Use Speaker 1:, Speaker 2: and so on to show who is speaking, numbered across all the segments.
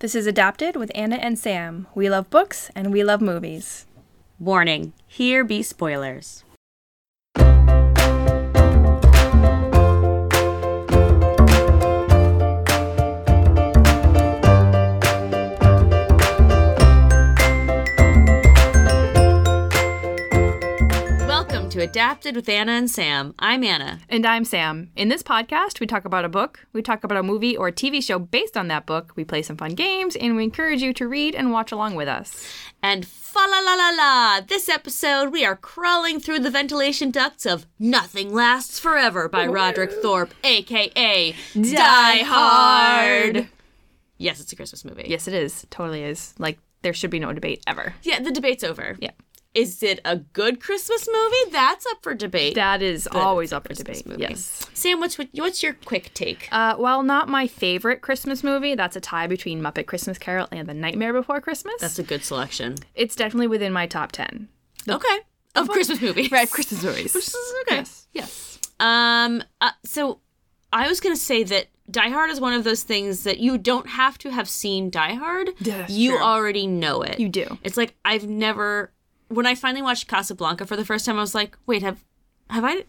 Speaker 1: This is adapted with Anna and Sam. We love books and we love movies.
Speaker 2: Warning here be spoilers. Welcome to Adapted with Anna and Sam. I'm Anna.
Speaker 1: And I'm Sam. In this podcast, we talk about a book, we talk about a movie or TV show based on that book, we play some fun games, and we encourage you to read and watch along with us.
Speaker 2: And fa la la la la, this episode we are crawling through the ventilation ducts of Nothing Lasts Forever by Roderick Thorpe, aka Die Hard. Yes, it's a Christmas movie.
Speaker 1: Yes, it is. Totally is. Like, there should be no debate ever.
Speaker 2: Yeah, the debate's over.
Speaker 1: Yeah.
Speaker 2: Is it a good Christmas movie? That's up for debate.
Speaker 1: That is always up for debate.
Speaker 2: movie.
Speaker 1: Yes.
Speaker 2: Sam, what's what- what's your quick take?
Speaker 1: Uh, while not my favorite Christmas movie, that's a tie between Muppet Christmas Carol and The Nightmare Before Christmas.
Speaker 2: That's a good selection.
Speaker 1: it's definitely within my top 10.
Speaker 2: Okay. Of Christmas movies.
Speaker 1: Right, Christmas movies.
Speaker 2: Okay.
Speaker 1: Yes. Yes.
Speaker 2: Um. Uh, so, I was gonna say that Die Hard is one of those things that you don't have to have seen Die Hard.
Speaker 1: Yeah, that's
Speaker 2: you
Speaker 1: true.
Speaker 2: already know it.
Speaker 1: You do.
Speaker 2: It's like I've never. When I finally watched Casablanca for the first time, I was like, "Wait, have have I?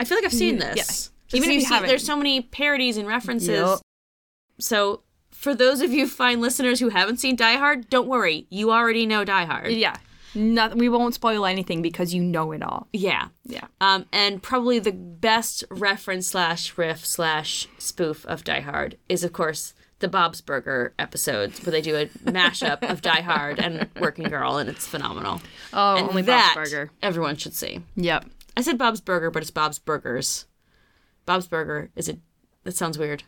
Speaker 2: I feel like I've seen
Speaker 1: Yeah. Mm,
Speaker 2: this."
Speaker 1: Even
Speaker 2: Just
Speaker 1: if
Speaker 2: you
Speaker 1: you
Speaker 2: see-
Speaker 1: haven't.
Speaker 2: there's so many parodies and references.
Speaker 1: Yep.
Speaker 2: So, for those of you fine listeners who haven't seen Die Hard, don't worry, you already know Die Hard.
Speaker 1: Yeah. Not, we won't spoil anything because you know it all.
Speaker 2: Yeah.
Speaker 1: Yeah.
Speaker 2: Um, and probably the best reference slash riff slash spoof of Die Hard is, of course, the Bob's Burger episodes where they do a mashup of Die Hard and Working Girl, and it's phenomenal.
Speaker 1: Oh,
Speaker 2: and
Speaker 1: only
Speaker 2: that
Speaker 1: Bob's Burger.
Speaker 2: everyone should see.
Speaker 1: Yep.
Speaker 2: I said Bob's Burger, but it's Bob's Burgers. Bob's Burger is it? That sounds weird.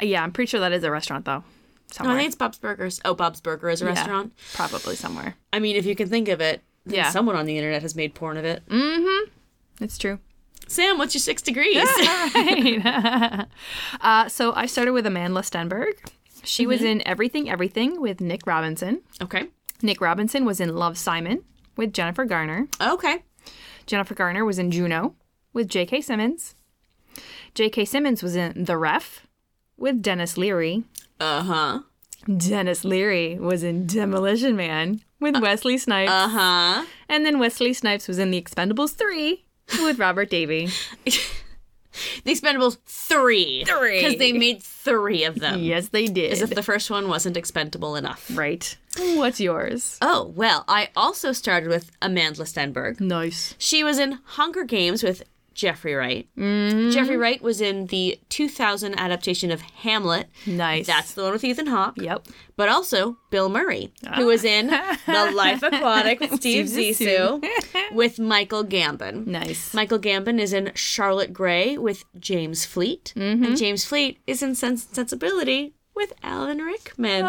Speaker 1: Uh, Yeah, I'm pretty sure that is a restaurant though.
Speaker 2: No,
Speaker 1: Somewhere.
Speaker 2: I think it's Bob's Burgers. Oh, Bob's Burger is a
Speaker 1: Yeah,
Speaker 2: restaurant.
Speaker 1: Probably somewhere.
Speaker 2: I mean, if you can think of it, then
Speaker 1: Yeah. Mm.
Speaker 2: someone on the internet has made porn of it.
Speaker 1: It's true.
Speaker 2: Sam, what's your six degrees?
Speaker 1: uh, so I started with Amanda Stenberg. She was in Everything Everything with Nick Robinson.
Speaker 2: okay.
Speaker 1: Nick Robinson was in Love Simon with Jennifer Garner.
Speaker 2: Okay.
Speaker 1: Jennifer Garner was in Juno with J.K. Simmons. J.K. Simmons was in The Ref with Dennis Leary.
Speaker 2: Uh huh.
Speaker 1: Dennis Leary was in Demolition Man with Wesley Snipes.
Speaker 2: Uh huh.
Speaker 1: and then Wesley Snipes was in The Expendables 3 with Robert Davey.
Speaker 2: The Expendables three.
Speaker 1: Three.
Speaker 2: Because they made three of them.
Speaker 1: yes, they did.
Speaker 2: As if the first one wasn't expendable enough.
Speaker 1: right. What's yours?
Speaker 2: Oh, well, I also started with Amanda Stenberg.
Speaker 1: Nice.
Speaker 2: She was in Hunger Games with Jeffrey Wright. Jeffrey Wright was in the 2000 adaptation of Hamlet.
Speaker 1: Nice.
Speaker 2: That's the one with Ethan Hawke.
Speaker 1: Yep.
Speaker 2: But also Bill Murray, who was in The Life Aquatic with Steve
Speaker 1: Steve
Speaker 2: Zissou with Michael Gambon.
Speaker 1: Nice.
Speaker 2: Michael Gambon is in Charlotte Gray with James Fleet,
Speaker 1: Mm-hmm.
Speaker 2: and James Fleet is in Sense and Sensibility with Alan Rickman.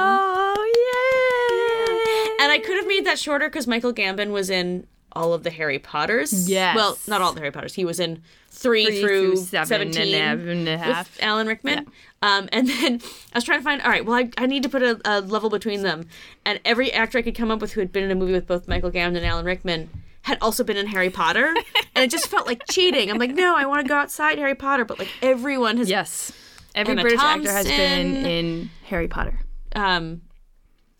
Speaker 1: oh, yeah.
Speaker 2: And I could have made that shorter because Michael Gambon was in all of the Harry Potters.
Speaker 1: Yes.
Speaker 2: Well, not all the Harry Potters. He was in three,
Speaker 1: Three
Speaker 2: through,
Speaker 1: through seven and a
Speaker 2: 17
Speaker 1: half and a half.
Speaker 2: with Alan Rickman. Um, and then I was trying to find, all right, well, I, I need to put a, a level between them. And every actor I could come up with who had been in a movie with both Michael Gambon and Alan Rickman had also been in Harry Potter. and it just felt like cheating. I'm like, no, I want to go outside Harry Potter. But like everyone has
Speaker 1: Yes. Every
Speaker 2: Emma
Speaker 1: British actor has been
Speaker 2: Thompson.
Speaker 1: in Harry Potter.
Speaker 2: um,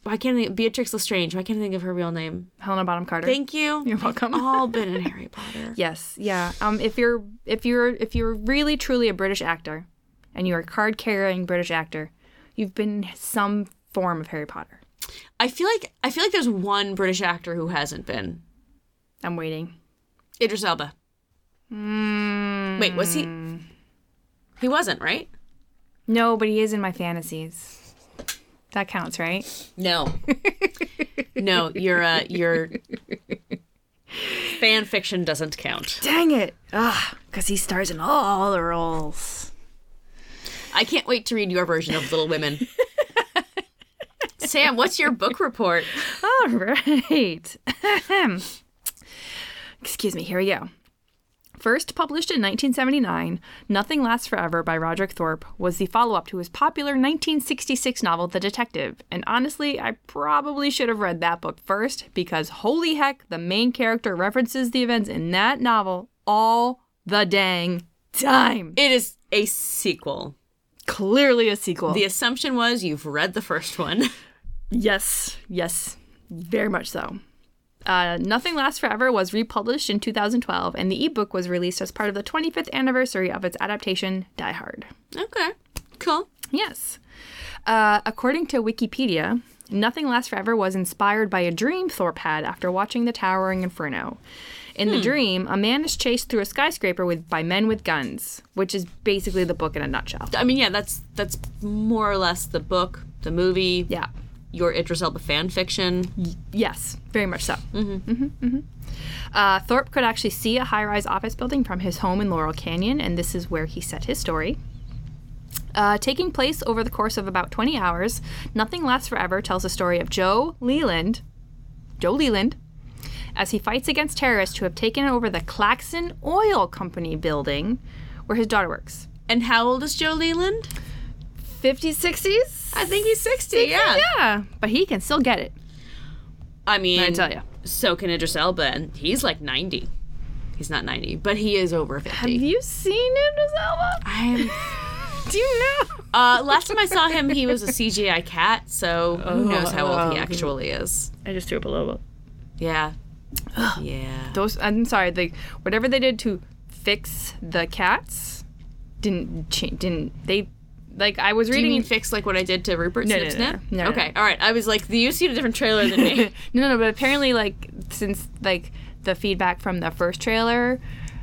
Speaker 2: why can't I think Beatrix Lestrange? Why can't I think of her real name?
Speaker 1: Helena Bonham Carter.
Speaker 2: Thank you.
Speaker 1: You're welcome.
Speaker 2: They've all been in Harry Potter.
Speaker 1: Yes, yeah. Um, if you're if you're if you're really truly a British actor, and you're a card carrying British actor, you've been in some form of Harry Potter.
Speaker 2: I feel like I feel like there's one British actor who hasn't been
Speaker 1: I'm waiting.
Speaker 2: Idris Elba. Wait, was he? He wasn't, right?
Speaker 1: No, but he is in my fantasies. That counts, right?
Speaker 2: No. no, your uh, your fan fiction doesn't count.
Speaker 1: Dang it! Ah, because he stars in all the roles.
Speaker 2: I can't wait to read your version of Little Women. Sam, what's your book report?
Speaker 1: All right. Excuse me, here we go. First published in 1979, Nothing Lasts Forever by Roderick Thorpe was the follow up to his popular 1966 novel, The Detective. And honestly, I probably should have read that book first because holy heck, the main character references the events in that novel all the dang time.
Speaker 2: It is a sequel.
Speaker 1: Clearly a sequel.
Speaker 2: The assumption was you've read the first one.
Speaker 1: Yes, yes, very much so. Uh, Nothing Lasts Forever was republished in 2012, and the ebook was released as part of the 25th anniversary of its adaptation, Die Hard.
Speaker 2: Okay. Cool.
Speaker 1: Yes. Uh, according to Wikipedia, Nothing Lasts Forever was inspired by a dream Thorpe had after watching the towering inferno. In the dream, a man is chased through a skyscraper with by men with guns, which is basically the book in a nutshell.
Speaker 2: I mean, yeah, that's that's more or less the book, the movie,
Speaker 1: Yeah.
Speaker 2: your Idris Elba fan fiction.
Speaker 1: Yes, very much so. Mm-hmm. hmm Uh, Thorpe could actually see a high rise office building from his home in Laurel Canyon, and this is where he set his story. Uh, taking place over the course of about 20 hours, Nothing Lasts Forever tells the story of Joe Leland, Joe Leland, as he fights against terrorists who have taken over the Claxon Oil Company building where his daughter works.
Speaker 2: And how old is Joe Leland?
Speaker 1: 50s, 60s?
Speaker 2: I think he's 60,
Speaker 1: Yeah, but he can still get it,
Speaker 2: I mean,
Speaker 1: I tell you.
Speaker 2: so can Idris Elba, and he's like 90. He's not 90, but he is over 50.
Speaker 1: Have you seen Idris Elba?
Speaker 2: I'm-
Speaker 1: Do you know?
Speaker 2: uh, last time I saw him, he was a CGI cat, so who knows how old he
Speaker 1: Oh.
Speaker 2: actually is.
Speaker 1: I just threw up a little bit.
Speaker 2: Yeah. yeah.
Speaker 1: Those I'm sorry, the whatever they did to fix the cats didn't change didn't they like I was
Speaker 2: Do you
Speaker 1: reading
Speaker 2: mean fix like what I did to Rupert
Speaker 1: No,
Speaker 2: Snip
Speaker 1: no, no,
Speaker 2: Snip?
Speaker 1: no, no,
Speaker 2: okay,
Speaker 1: no.
Speaker 2: all right. I was like, you see a different trailer than me.
Speaker 1: no, no, but apparently, like, since like the feedback from the first trailer,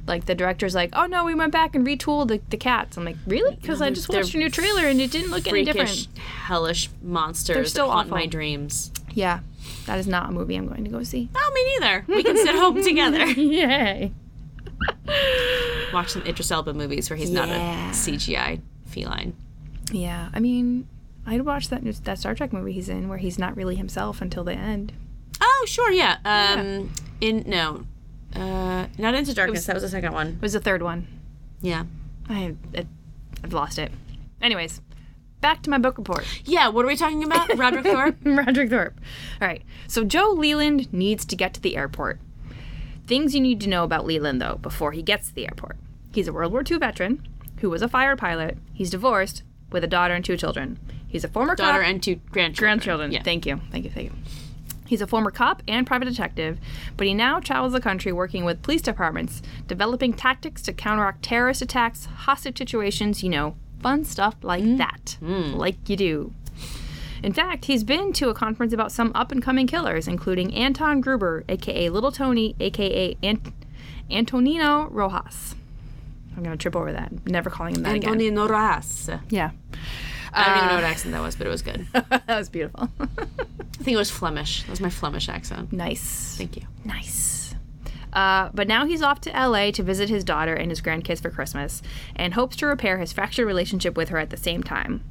Speaker 1: like the director's like, "Oh no, we went back and retooled the, the cats." I'm like, "Really?" Because I just
Speaker 2: they're
Speaker 1: watched your new trailer and it didn't look any
Speaker 2: Freakish,
Speaker 1: different.
Speaker 2: hellish monsters
Speaker 1: They're still
Speaker 2: that haunt
Speaker 1: awful.
Speaker 2: my dreams.
Speaker 1: Yeah, that is not a movie I'm going to go see.
Speaker 2: Oh, me neither. We can sit home together.
Speaker 1: Yay!
Speaker 2: Watch some Idris Elba movies where he's not
Speaker 1: Yeah.
Speaker 2: a CGI feline.
Speaker 1: Yeah, I mean, I'd watch that that Star Trek movie he's in where he's not really himself until the end.
Speaker 2: Oh, sure, yeah. Um, in no, uh, not into darkness. that was the second one.
Speaker 1: It was the third one.
Speaker 2: Yeah,
Speaker 1: I, I I've lost it. Anyways, back to my book report.
Speaker 2: yeah. What are we talking about? Roderick Thorpe.
Speaker 1: Roderick Thorpe. All right. So Joe Leland needs to get to the airport. Things you need to know about Leland, though, before he gets to the airport. He's a World War II veteran who was a fire pilot. He's divorced with a daughter and two children. He's a former
Speaker 2: Daughter
Speaker 1: cop.
Speaker 2: and two grandchildren.
Speaker 1: grandchildren.
Speaker 2: Yeah.
Speaker 1: Thank you. Thank you. Thank you. He's a former cop and private detective, but he now travels the country working with police departments, developing tactics to counteract terrorist attacks, hostage situations, you know, fun stuff like that. Like you do. In fact, he's been to a conference about some up and coming killers, including Anton Gruber, aka Little Tony, aka Ant- Antonino Rojas. I'm going to trip over that. Never calling him that again.
Speaker 2: Antonio Noras.
Speaker 1: yeah.
Speaker 2: I don't even know what accent that was, but it was good. I
Speaker 1: that was beautiful.
Speaker 2: think it was Flemish. That was my Flemish accent.
Speaker 1: nice.
Speaker 2: Thank you.
Speaker 1: Nice. Uh, but now he's off to LA to visit his daughter and his grandkids for Christmas and hopes to repair his fractured relationship with her at the same time.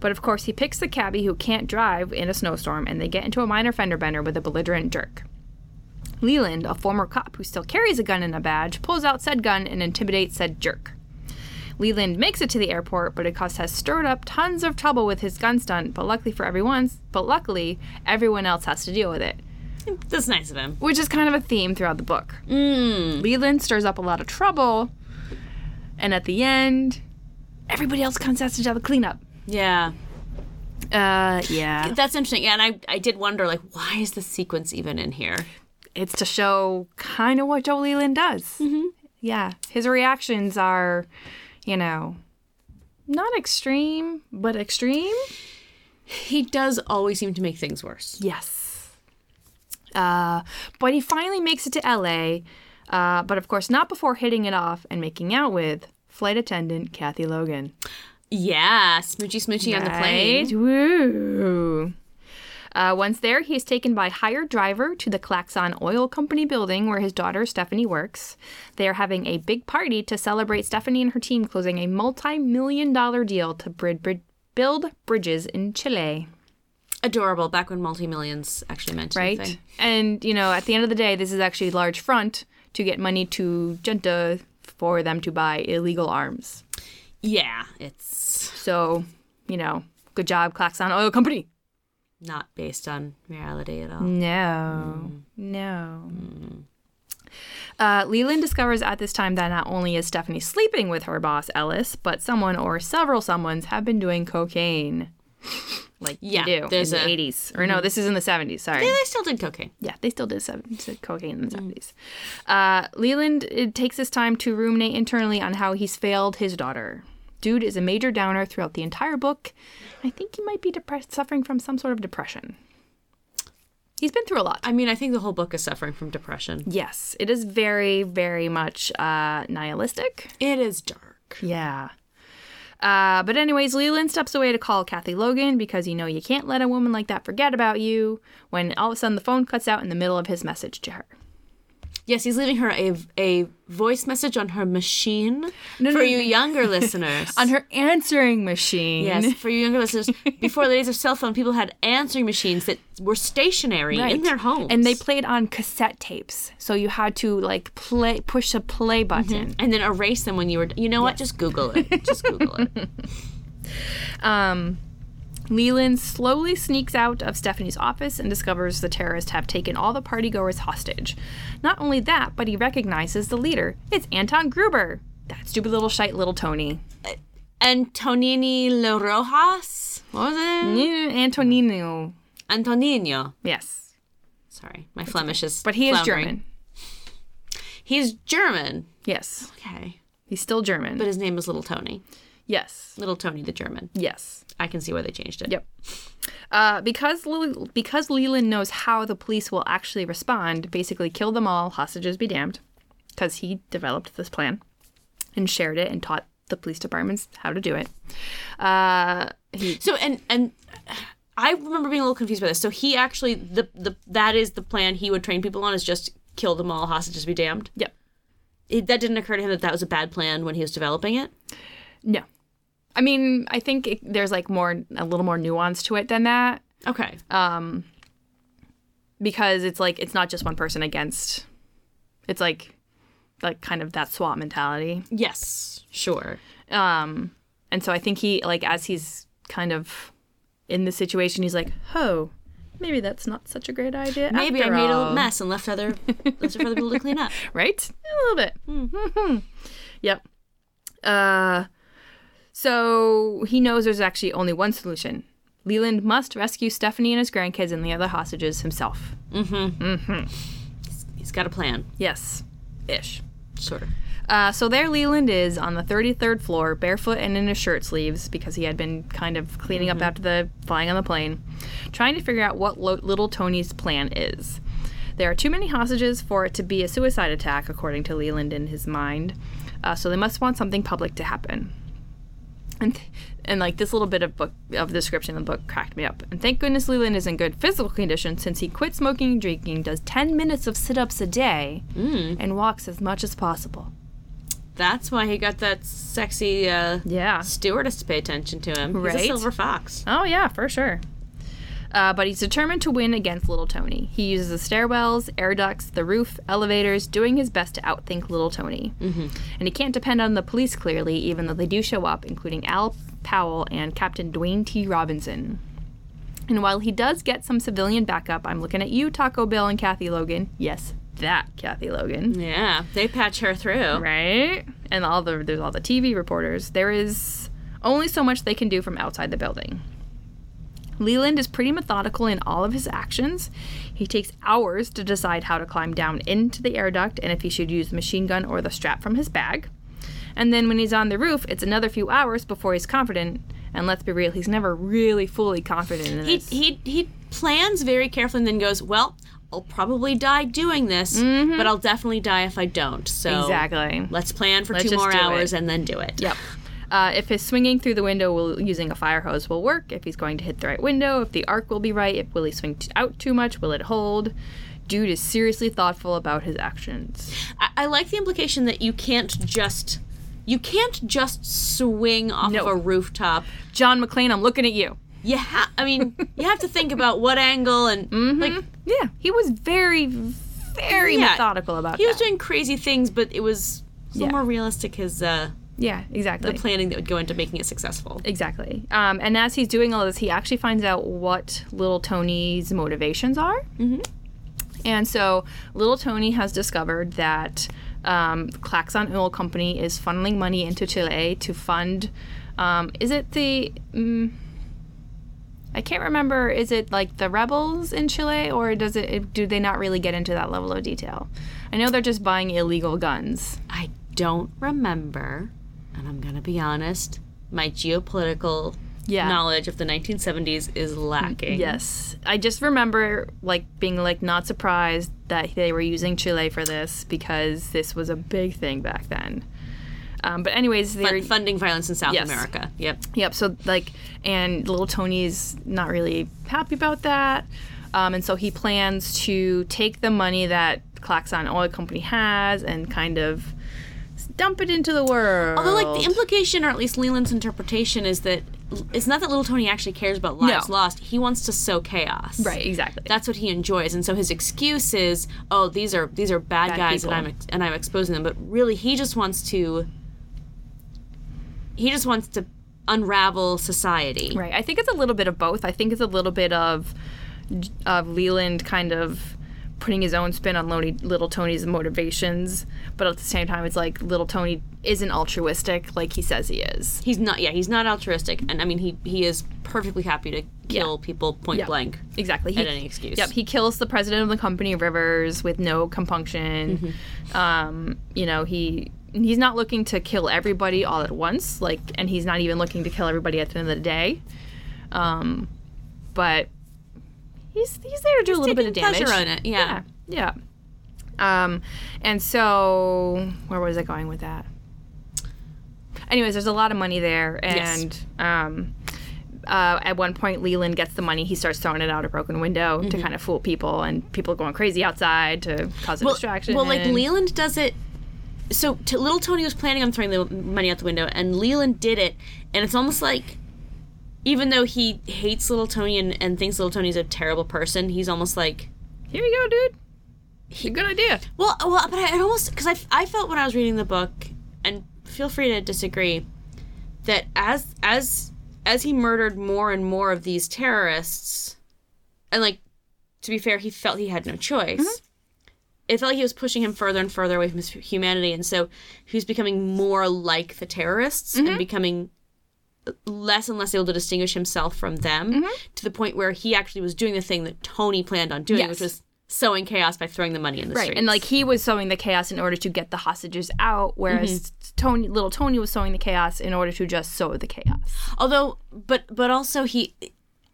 Speaker 1: But of course, he picks the cabbie who can't drive in a snowstorm and they get into a minor fender bender with a belligerent jerk. Leland, a former cop who still carries a gun and a badge, pulls out said gun and intimidates said jerk. Leland makes it to the airport, but it cause- has stirred up tons of trouble with his gun stunt, but luckily for everyone, but luckily everyone else has to deal with it
Speaker 2: That's nice of him.
Speaker 1: which is kind of a theme throughout the book.
Speaker 2: Mm.
Speaker 1: Leland stirs up a lot of trouble, and at the end, everybody else comes out to do the cleanup.
Speaker 2: Yeah.
Speaker 1: Uh, yeah.
Speaker 2: That's interesting. Yeah, and I, I did wonder, like, why is the sequence even in here?
Speaker 1: It's to show kind of what Joe Leland does. Mm-hmm. Yeah. His reactions are, you know, not extreme, but extreme.
Speaker 2: He does always seem to make things worse.
Speaker 1: Yes. Uh, but he finally makes it to LA, uh, but of course, not before hitting it off and making out with flight attendant Kathy Logan.
Speaker 2: Yeah, smoochy smoochy on the plane.
Speaker 1: Right? Woo. Uh, once there, he is taken by hired driver to the Claxon Oil Company building where his daughter Stephanie works. They are having a big party to celebrate Stephanie and her team closing a multi-million dollar deal to brid- brid- build bridges in Chile.
Speaker 2: Adorable. Back when multi-millions actually meant
Speaker 1: Right,
Speaker 2: anything.
Speaker 1: and you know, at the end of the day, this is actually a large front to get money to junta for them to buy illegal arms.
Speaker 2: Yeah, it's
Speaker 1: So, you know, good job, Claxon Oil Company.
Speaker 2: not based on reality at all.
Speaker 1: Mm. No,
Speaker 2: Mm.
Speaker 1: no. Uh, Leland discovers at this time that not only is Stephanie sleeping with her boss, Ellis, but someone or several someones have been doing cocaine. like you
Speaker 2: Yeah,
Speaker 1: do in
Speaker 2: there's
Speaker 1: the
Speaker 2: a- Mm-hmm.
Speaker 1: 80s. Or no, this is in the 70s, sorry.
Speaker 2: They still did cocaine.
Speaker 1: Yeah, they still did seven, did cocaine in the 70s. Uh, Leland it takes this time to ruminate internally on how he's failed his daughter. Dude is a major downer throughout the entire book. I think he might be depressed, suffering from some sort of depression. He's been through a lot.
Speaker 2: I mean, I think the whole book is suffering from depression.
Speaker 1: Yes, it is very, very much uh, nihilistic.
Speaker 2: It is dark.
Speaker 1: Yeah. Uh, but anyways, Leland steps away to call Kathy Logan because you know you can't let a woman like that forget about you. When all of a sudden the phone cuts out in the middle of his message to her.
Speaker 2: Yes, he's leaving her a, a voice message on her machine for
Speaker 1: no,
Speaker 2: you younger listeners.
Speaker 1: On her answering machine.
Speaker 2: Yes, for you younger listeners, before the days of cell phone, people had answering machines that were stationary
Speaker 1: Right.
Speaker 2: in their homes,
Speaker 1: And they played on cassette tapes. So you had to like play push a play button.
Speaker 2: and then erase them when you were. You know what? Just Google it. Just Google it.
Speaker 1: Um,
Speaker 2: Mm-hmm.
Speaker 1: Leland slowly sneaks out of Stephanie's office and discovers the terrorists have taken all the partygoers hostage. Not only that, but he recognizes the leader. It's Anton Gruber. That stupid little shite little Tony.
Speaker 2: Antonini Lo Rojas. What was it?
Speaker 1: Mm, Antonino.
Speaker 2: Antonino.
Speaker 1: Yes.
Speaker 2: Sorry, my Flemish is.
Speaker 1: But he is
Speaker 2: floundering.
Speaker 1: German.
Speaker 2: He's German.
Speaker 1: Yes.
Speaker 2: Okay,
Speaker 1: He's still German.
Speaker 2: but his name is Little Tony.
Speaker 1: yes.
Speaker 2: Little Tony the German.
Speaker 1: Yes.
Speaker 2: I can see why they changed it.
Speaker 1: Yep. Uh, because Lil because Leland knows how the police will actually respond, basically kill them all, hostages be damned, because he developed this plan and shared it and taught the police departments how to do it. Uh, he,
Speaker 2: So and and I remember being a little confused by this. So he actually the the that is the plan he would train people on is just kill them all, hostages be damned.
Speaker 1: yep.
Speaker 2: It, that didn't occur to him that that was a bad plan when he was developing it.
Speaker 1: No. I mean, I think it, there's like more a little more nuance to it than that
Speaker 2: Okay.
Speaker 1: because it's like it's not just one person against. It's like like kind of that SWAT mentality.
Speaker 2: yes. Sure.
Speaker 1: Um, and so I think he like as he's kind of in the situation, he's like, "Oh, maybe that's not such a great idea."
Speaker 2: Maybe I
Speaker 1: after
Speaker 2: made
Speaker 1: all."
Speaker 2: a mess and left other left it for other people to clean up.
Speaker 1: right? A little bit. Mm-hmm. yep. Uh, so he knows there's actually only one solution. Leland must rescue Stephanie and his grandkids and the other hostages himself.
Speaker 2: He's got a plan.
Speaker 1: Yes, ish.
Speaker 2: Sort of.
Speaker 1: Uh, so there Leland is on the 33rd floor, barefoot and in his shirt sleeves, because he had been kind of cleaning up after the flying on the plane, trying to figure out what lo- little Tony's plan is. There are too many hostages for it to be a suicide attack, according to Leland in his mind, uh, so they must want something public to happen. And, th- and like this little bit of book of the description in the book cracked me up. And thank goodness Leland is in good physical condition since he quit smoking and drinking, does 10 minutes of sit-ups a day, and walks as much as possible.
Speaker 2: That's why he got that sexy uh,
Speaker 1: Yeah.
Speaker 2: stewardess to pay attention to him. He's
Speaker 1: Right?
Speaker 2: a silver fox.
Speaker 1: Oh yeah, for sure. Uh, but he's determined to win against Little Tony. He uses the stairwells, air ducts, the roof, elevators, doing his best to outthink Little Tony. Mm-hmm. And he can't depend on the police clearly, even though they do show up, including Al Powell and Captain Dwayne T. Robinson. And while he does get some civilian backup, I'm looking at you, Taco Bill and Kathy Logan. Yes, that Kathy Logan
Speaker 2: Yeah, they patch her through.
Speaker 1: right? And all the there's all the TV reporters. There is only so much they can do from outside the building. Leland is pretty methodical in all of his actions. He takes hours to decide how to climb down into the air duct and if he should use the machine gun or the strap from his bag. And then when he's on the roof, it's another few hours before he's confident. And let's be real, he's never really fully confident in
Speaker 2: He
Speaker 1: this.
Speaker 2: he he plans very carefully and then goes, "Well, I'll probably die doing this, but I'll definitely die if I don't." So
Speaker 1: exactly.
Speaker 2: Let's plan for
Speaker 1: Let's
Speaker 2: two
Speaker 1: just
Speaker 2: more
Speaker 1: do
Speaker 2: hours
Speaker 1: it.
Speaker 2: and then do it.
Speaker 1: Yep. Uh, if his swinging through the window will, using a fire hose will work, if he's going to hit the right window, if the arc will be right, if will he swing t- out too much, will it hold? Dude is seriously thoughtful about his actions.
Speaker 2: I, I like the implication that you can't just you can't just swing off
Speaker 1: No.
Speaker 2: of a rooftop.
Speaker 1: John McClane, I'm looking at you.
Speaker 2: You ha- I mean, you have to think about what angle and like
Speaker 1: Yeah, he was very, very
Speaker 2: Yeah.
Speaker 1: methodical about
Speaker 2: he was
Speaker 1: that.
Speaker 2: doing crazy things, but it was a little
Speaker 1: Yeah.
Speaker 2: more realistic his uh,
Speaker 1: yeah, exactly.
Speaker 2: planning that would go into making it successful.
Speaker 1: Exactly. Um, and as he's doing all this, he actually finds out what little Tony's motivations are. Mm-hmm. And so little Tony has discovered that um, Claxon Oil Company is funneling money into Chile to fund. Um, is it the. Mm, I can't remember. Is it like the rebels in Chile, or does it? Do they not really get into that level of detail? I know they're just buying illegal guns.
Speaker 2: I don't remember, and I'm gonna be honest, my geopolitical
Speaker 1: Yeah.
Speaker 2: knowledge of the 1970s is lacking.
Speaker 1: Yes, I just remember like being like not surprised that they were using Chile for this because this was a big thing back then. Um, but anyways, they're
Speaker 2: Fun- funding violence in South
Speaker 1: Yes.
Speaker 2: America. Yep.
Speaker 1: Yep. So like, and little Tony's not really happy about that, um, and so he plans to take the money that Claxon Oil Company has and kind of dump it into the world.
Speaker 2: Although, like, the implication, or at least Leland's interpretation, is that it's not that little Tony actually cares about lives
Speaker 1: No.
Speaker 2: lost. He wants to sow chaos.
Speaker 1: right, exactly.
Speaker 2: That's what he enjoys, and so his excuse is, "Oh, these are these are bad,
Speaker 1: Bad
Speaker 2: guys, and
Speaker 1: people.
Speaker 2: I'm ex- and I'm exposing them." But really, he just wants to. He just wants to unravel society.
Speaker 1: Right. I think it's a little bit of both. I think it's a little bit of of Leland kind of putting his own spin on Lonely, little Tony's motivations, but at the same time, it's like little Tony isn't altruistic like he says he is.
Speaker 2: He's not. Yeah, he's not altruistic, and I mean, he he is perfectly happy to kill people point
Speaker 1: Yeah.
Speaker 2: blank.
Speaker 1: Exactly. He,
Speaker 2: At any excuse.
Speaker 1: Yep. He kills the president of the company, Rivers, with no compunction.
Speaker 2: Mm-hmm.
Speaker 1: Um, you know, he he's not looking to kill everybody all at once. Like, and he's not even looking to kill everybody at the end of the day. Um, but he's he's there to do a little bit of
Speaker 2: taking
Speaker 1: damage.
Speaker 2: pleasure on it, yeah.
Speaker 1: Yeah. yeah. Um, and so where was I going with that? Anyways, there's a lot of money there,
Speaker 2: Yes.
Speaker 1: and um, uh, at one point Leland gets the money. He starts throwing it out a broken window
Speaker 2: Mm-hmm.
Speaker 1: to kind of fool people, and people are going crazy outside to cause a distraction.
Speaker 2: Well, like Leland does it. So t- little Tony was planning on throwing the money out the window, and Leland did it, and it's almost like, even though he hates little Tony and, and thinks little Tony's a terrible person, he's almost like,
Speaker 1: here you go, dude. It's a good idea.
Speaker 2: well, uh, well, but I I almost because I, I felt when I was reading the book, and feel free to disagree, that as as as he murdered more and more of these terrorists, and like to be fair, he felt he had no choice.
Speaker 1: Mm-hmm.
Speaker 2: It felt like he was pushing him further and further away from his humanity, and so he was becoming more like the terrorists
Speaker 1: Mm-hmm.
Speaker 2: and becoming less and less able to distinguish himself from them
Speaker 1: Mm-hmm.
Speaker 2: to the point where he actually was doing the thing that Tony planned on doing,
Speaker 1: Yes.
Speaker 2: which was sowing chaos by throwing the money in the
Speaker 1: Right,
Speaker 2: streets.
Speaker 1: and like he was sowing the chaos in order to get the hostages out, whereas
Speaker 2: Mm-hmm.
Speaker 1: Tony, little Tony, was sowing the chaos in order to just sow the chaos.
Speaker 2: Although, but but also he,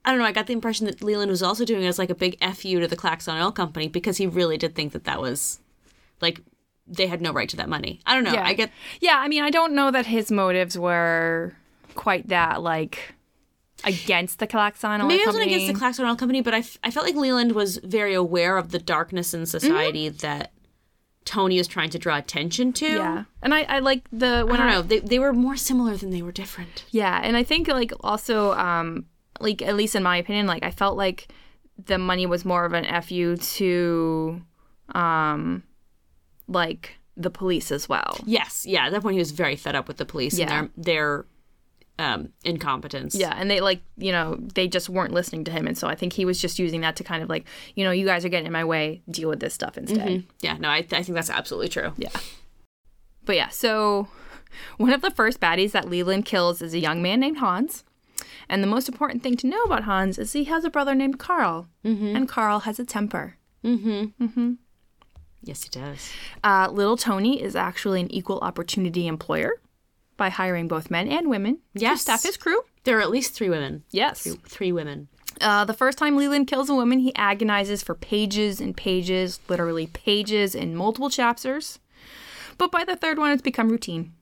Speaker 2: I don't know. I got the impression that Leland was also doing it as like a big fu to the Claxon Oil Company because he really did think that that was, like, they had no right to that money. I don't know. I get
Speaker 1: Yeah, I mean, I don't know that his motives were quite that like against the Claxon.
Speaker 2: maybe
Speaker 1: Oil
Speaker 2: it wasn't
Speaker 1: Company.
Speaker 2: against the Claxon Oil Company, but I, f- I felt like Leland was very aware of the darkness in society that Tony is trying to draw attention to.
Speaker 1: Yeah, and I, I like the
Speaker 2: I
Speaker 1: when
Speaker 2: don't know. They they were more similar than they were different.
Speaker 1: Yeah, and I think like also um like at least in my opinion, like I felt like the money was more of an fu to um like the police as well.
Speaker 2: Yes. Yeah. At that point, he was very fed up with the police
Speaker 1: Yeah.
Speaker 2: and their their um, incompetence.
Speaker 1: Yeah, and they like, you know, they just weren't listening to him. And so I think he was just using that to kind of like, you know, you guys are getting in my way, deal with this stuff instead.
Speaker 2: Yeah. No, I, I think that's absolutely true.
Speaker 1: Yeah. But yeah, so one of the first baddies that Leland kills is a young man named Hans. And the most important thing to know about Hans is he has a brother named Carl. And Carl has a temper.
Speaker 2: Yes, he does.
Speaker 1: Uh, Little Tony is actually an equal opportunity employer by hiring both men and women
Speaker 2: Yes.
Speaker 1: to staff his crew.
Speaker 2: There are at least three women.
Speaker 1: Yes.
Speaker 2: Three women.
Speaker 1: Uh, the first time Leland kills a woman, he agonizes for pages and pages, literally pages in multiple chapters. But by the third one, it's become routine.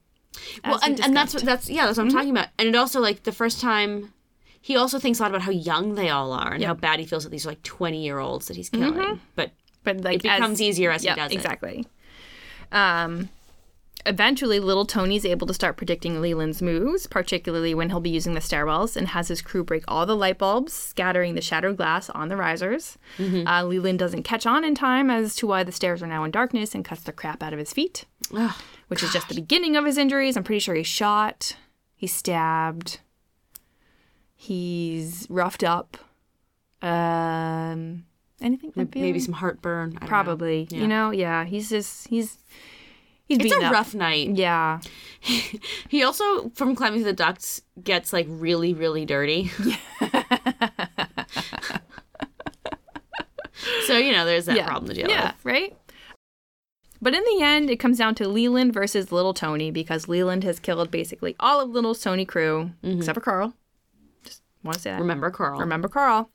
Speaker 2: well, and, and that's what that's yeah, that's what I'm
Speaker 1: Mm-hmm.
Speaker 2: talking about. And it also like the first time he also thinks a lot about how young they all are and how bad he feels that these are like 20 year olds that he's killing.
Speaker 1: Mm-hmm.
Speaker 2: But
Speaker 1: But like
Speaker 2: it becomes easier as he does it.
Speaker 1: exactly. Um, eventually, little Tony's able to start predicting Leland's moves, particularly when he'll be using the stairwells, and has his crew break all the light bulbs, scattering the shattered glass on the risers.
Speaker 2: Mm-hmm.
Speaker 1: Uh, Leland doesn't catch on in time as to why the stairs are now in darkness and cuts the crap out of his feet,
Speaker 2: Ugh.
Speaker 1: which is just the beginning of his injuries. I'm pretty sure he's shot, he's stabbed, he's roughed up. Um, anything? might be
Speaker 2: maybe some heartburn. I don't know.
Speaker 1: probably you know yeah he's just he's he's
Speaker 2: It's
Speaker 1: beaten
Speaker 2: a
Speaker 1: up.
Speaker 2: rough night.
Speaker 1: yeah
Speaker 2: He also, from climbing through the ducts, gets like really, really dirty. So, you know, there's that problem to deal
Speaker 1: yeah,
Speaker 2: with.
Speaker 1: right? But in the end, it comes down to Leland versus Little Tony because Leland has killed basically all of Little Tony crew
Speaker 2: Mm-hmm.
Speaker 1: except for Carl. Just want to say that.
Speaker 2: Remember Carl.
Speaker 1: Remember Carl,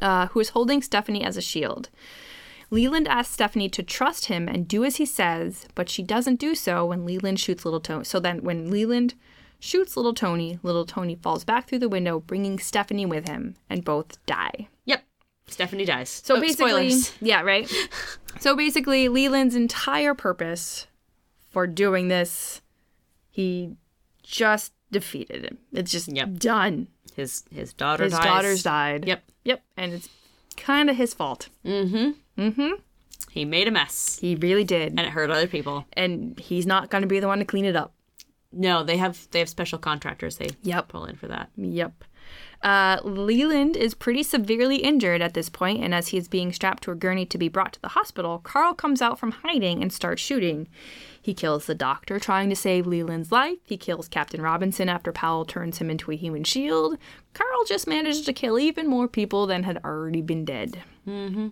Speaker 1: uh, who is holding Stephanie as a shield. Leland asks Stephanie to trust him and do as he says, but she doesn't do so when Leland shoots Little Tony. So then, when Leland shoots Little Tony, Little Tony falls back through the window, bringing Stephanie with him, and both die.
Speaker 2: Yep. Stephanie dies.
Speaker 1: So
Speaker 2: Oh,
Speaker 1: basically,
Speaker 2: spoilers.
Speaker 1: yeah, right. so basically, Leland's entire purpose for doing this, he just defeated him. It's just
Speaker 2: Yep.
Speaker 1: done.
Speaker 2: his his daughter
Speaker 1: His
Speaker 2: dies.
Speaker 1: daughter's died.
Speaker 2: Yep.
Speaker 1: Yep. And it's kind of his fault.
Speaker 2: He made a mess.
Speaker 1: He really did.
Speaker 2: And it hurt other people.
Speaker 1: And he's not going to be the one to clean it up.
Speaker 2: No, they have they have special contractors they
Speaker 1: Yep.
Speaker 2: pull in for that.
Speaker 1: Yep. Uh, Leland is pretty severely injured at this point, and as he is being strapped to a gurney to be brought to the hospital, Carl comes out from hiding and starts shooting. He kills the doctor trying to save Leland's life. He kills Captain Robinson after Powell turns him into a human shield. Carl just manages to kill even more people than had already been dead. Mm-hmm.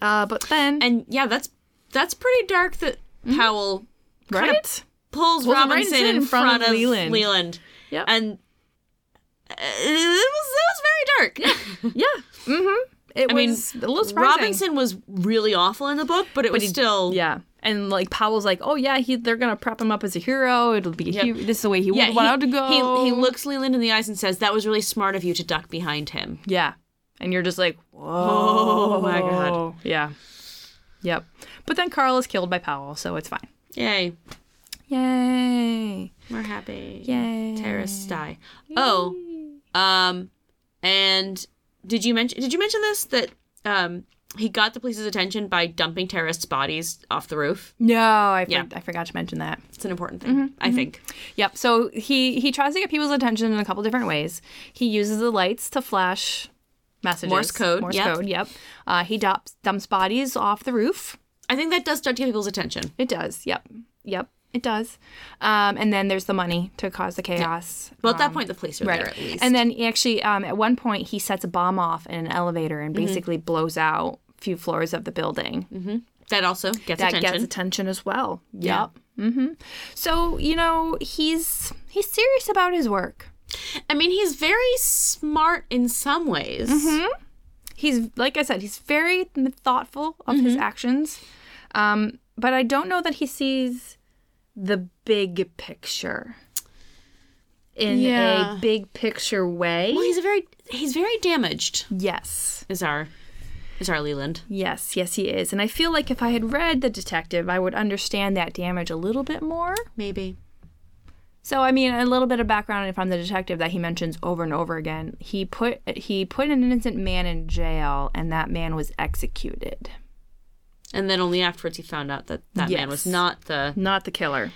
Speaker 1: Uh, but then,
Speaker 2: And yeah, that's that's pretty dark that Powell kind of
Speaker 1: right?
Speaker 2: Mm-hmm. pulls
Speaker 1: Pulls
Speaker 2: Robinson,
Speaker 1: Robinson
Speaker 2: in front of Leland.
Speaker 1: Yep.
Speaker 2: And uh, it was that was very dark.
Speaker 1: Yeah. Mm-hmm. It
Speaker 2: I mean,
Speaker 1: was a little surprising.
Speaker 2: Robinson was really awful in the book, but it was still
Speaker 1: Yeah. And like Powell's like, oh yeah, he they're gonna prop him up as a hero. It'll be a
Speaker 2: Yep.
Speaker 1: hero. this is the way he
Speaker 2: Yeah,
Speaker 1: would wanted to go.
Speaker 2: He, he looks Leland in the eyes and says, "That was really smart of you to duck behind him."
Speaker 1: yeah. And you're just like, whoa,
Speaker 2: Oh my god!
Speaker 1: yeah, yep. But then Carl is killed by Powell, so it's fine.
Speaker 2: Yay!
Speaker 1: Yay!
Speaker 2: We're happy.
Speaker 1: Yay.
Speaker 2: Terrorists die. Oh, um, and did you mention? Did you mention this that um he got the police's attention by dumping terrorists' bodies off the roof?
Speaker 1: No, I for-
Speaker 2: Yeah.
Speaker 1: I forgot to mention that.
Speaker 2: It's an important thing,
Speaker 1: Mm-hmm,
Speaker 2: I think.
Speaker 1: Yep. So he he tries to get people's attention in a couple different ways. He uses the lights to flash messages.
Speaker 2: Morse code,
Speaker 1: Morse
Speaker 2: yep.
Speaker 1: code. Yep. Uh, he dumps, dumps bodies off the roof.
Speaker 2: I think that does start to get people's attention.
Speaker 1: It does. Yep. Yep. It does. Um, and then there's the money to cause the chaos.
Speaker 2: Well, at that point, the police are there at least.
Speaker 1: Um, And then he actually, um, at one point, he sets a bomb off in an elevator and
Speaker 2: Mm-hmm.
Speaker 1: basically blows out a few floors of the building.
Speaker 2: that also gets
Speaker 1: That
Speaker 2: attention.
Speaker 1: gets attention as well. Yep.
Speaker 2: Mm-hmm. Yeah.
Speaker 1: hmm So you know he's he's serious about his work.
Speaker 2: I mean, he's very smart in some ways.
Speaker 1: Mm-hmm. he's like I said, he's very thoughtful of his actions, um, but I don't know that he sees the big picture in
Speaker 2: Yeah.
Speaker 1: a big picture way.
Speaker 2: Well, he's a very he's very damaged.
Speaker 1: Yes,
Speaker 2: Is our is our Leland?
Speaker 1: yes, yes, he is, and I feel like if I had read the detective, I would understand that damage a little bit more.
Speaker 2: Maybe.
Speaker 1: So I mean, a little bit of background from the detective that he mentions over and over again. He put he put an innocent man in jail, and that man was executed.
Speaker 2: And then only afterwards he found out that that man was
Speaker 1: Yes.
Speaker 2: not the.
Speaker 1: Not the killer.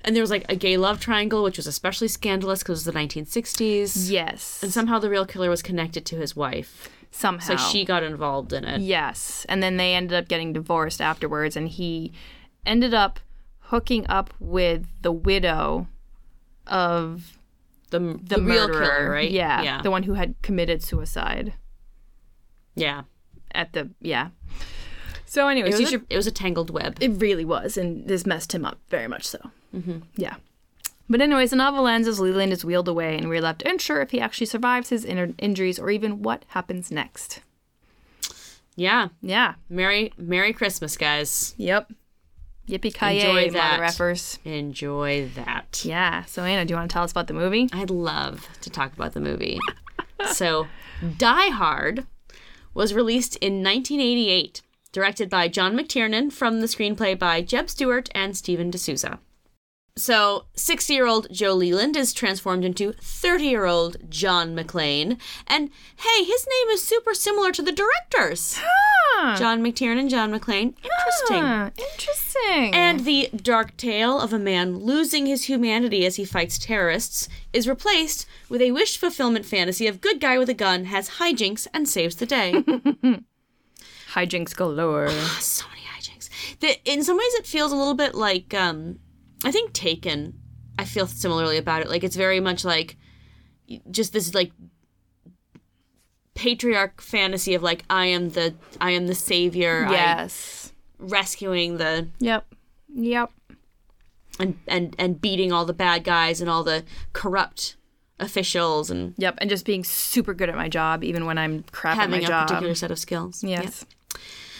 Speaker 2: And there was like a gay love triangle, which was especially scandalous because it was the 1960s.
Speaker 1: Yes. Oh.
Speaker 2: And somehow the real killer was connected to his wife,
Speaker 1: somehow.
Speaker 2: so she got involved in it.
Speaker 1: Yes. And then they ended up getting divorced afterwards, and he ended up hooking up with the widow of
Speaker 2: The the,
Speaker 1: the,
Speaker 2: real
Speaker 1: murderer,
Speaker 2: killer, right?
Speaker 1: Yeah,
Speaker 2: yeah,
Speaker 1: The one who had committed suicide
Speaker 2: yeah.
Speaker 1: at the. Yeah. So, anyways,
Speaker 2: It
Speaker 1: you
Speaker 2: was,
Speaker 1: should.
Speaker 2: a, it was a tangled web.
Speaker 1: It really was, and this messed him up very much so. Yeah. Mm-hmm. But, anyways, the novel ends as Leland is wheeled away, and we're left unsure if he actually survives his inner injuries or even what happens next.
Speaker 2: Yeah.
Speaker 1: Yeah.
Speaker 2: Merry Merry Christmas, guys.
Speaker 1: Yep. Yippee
Speaker 2: Enjoy
Speaker 1: ki
Speaker 2: that.
Speaker 1: mother effers.
Speaker 2: Enjoy that.
Speaker 1: Yeah. So Anna, do you want to tell us about the movie?
Speaker 2: I'd love to talk about the movie. so, Die Hard was released in 1988, directed by John McTiernan from the screenplay by Jeb Stewart and Stephen D'Souza. So, 60 year old Joe Leland is transformed into 30 year old John McClane. And hey, his name is super similar to the director's John McTiernan, John McClane. Interesting.
Speaker 1: Ah, interesting.
Speaker 2: And the dark tale of a man losing his humanity as he fights terrorists is replaced with a wish fulfillment fantasy of good guy with a gun has hijinks and saves the day. Ah,
Speaker 1: hijinks galore.
Speaker 2: so many hijinks. The, in some ways, it feels a little bit like um, I think Taken. I feel similarly about it. Like it's very much like just this like patriarch fantasy of like I am the I am the savior. I'm
Speaker 1: Yes.
Speaker 2: rescuing the
Speaker 1: Yep. Yep.
Speaker 2: and and and beating all the bad guys and all the corrupt officials and
Speaker 1: Yep. And just being super good at my job, even when I'm crap
Speaker 2: having
Speaker 1: at
Speaker 2: a
Speaker 1: my job.
Speaker 2: particular set of skills. Yeah.
Speaker 1: yes.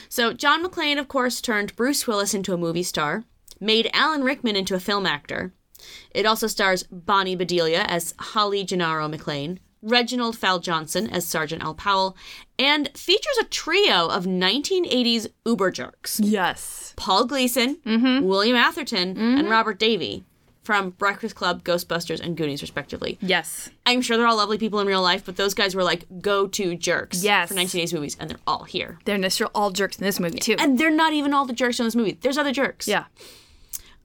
Speaker 2: So John McClane, of course, turned Bruce Willis into a movie star, made Alan Rickman into a film actor. It also stars Bonnie Bedelia as Holly Gennaro McClane, Reginald Fell Johnson as Sergeant Al Powell, and features a trio of 1980s Uber jerks:
Speaker 1: Yes.
Speaker 2: Paul Gleason,
Speaker 1: Mm-hmm.
Speaker 2: William Atherton, and Robert Davey from Breakfast Club, Ghostbusters, and Goonies, respectively.
Speaker 1: Yes.
Speaker 2: I'm sure they're all lovely people in real life, but those guys were like go-to jerks
Speaker 1: Yes.
Speaker 2: for 1980s movies, and they're all here.
Speaker 1: They're just all jerks in this movie too.
Speaker 2: And they're not even all the jerks in this movie. There's other jerks.
Speaker 1: yeah.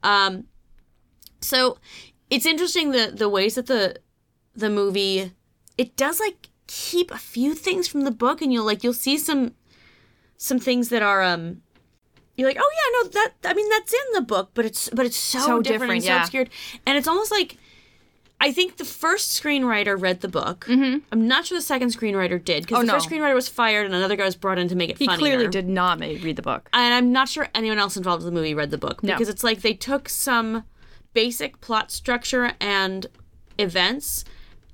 Speaker 2: Um, So it's interesting the the ways that the the movie it does like keep a few things from the book, and you'll like you'll see some some things that are um you're like oh yeah no that I mean that's in the book, but it's but it's so,
Speaker 1: So
Speaker 2: different,
Speaker 1: different,
Speaker 2: and so
Speaker 1: yeah.
Speaker 2: obscured, and it's almost like. I think the first screenwriter read the book. Mm-hmm. I'm not sure the second screenwriter did because
Speaker 1: Oh,
Speaker 2: the
Speaker 1: no.
Speaker 2: first screenwriter was fired and another guy was brought in to make it
Speaker 1: He
Speaker 2: funnier.
Speaker 1: clearly did not ma- read the book.
Speaker 2: and I'm not sure anyone else involved in the movie read the book
Speaker 1: No.
Speaker 2: because it's like they took some basic plot structure and events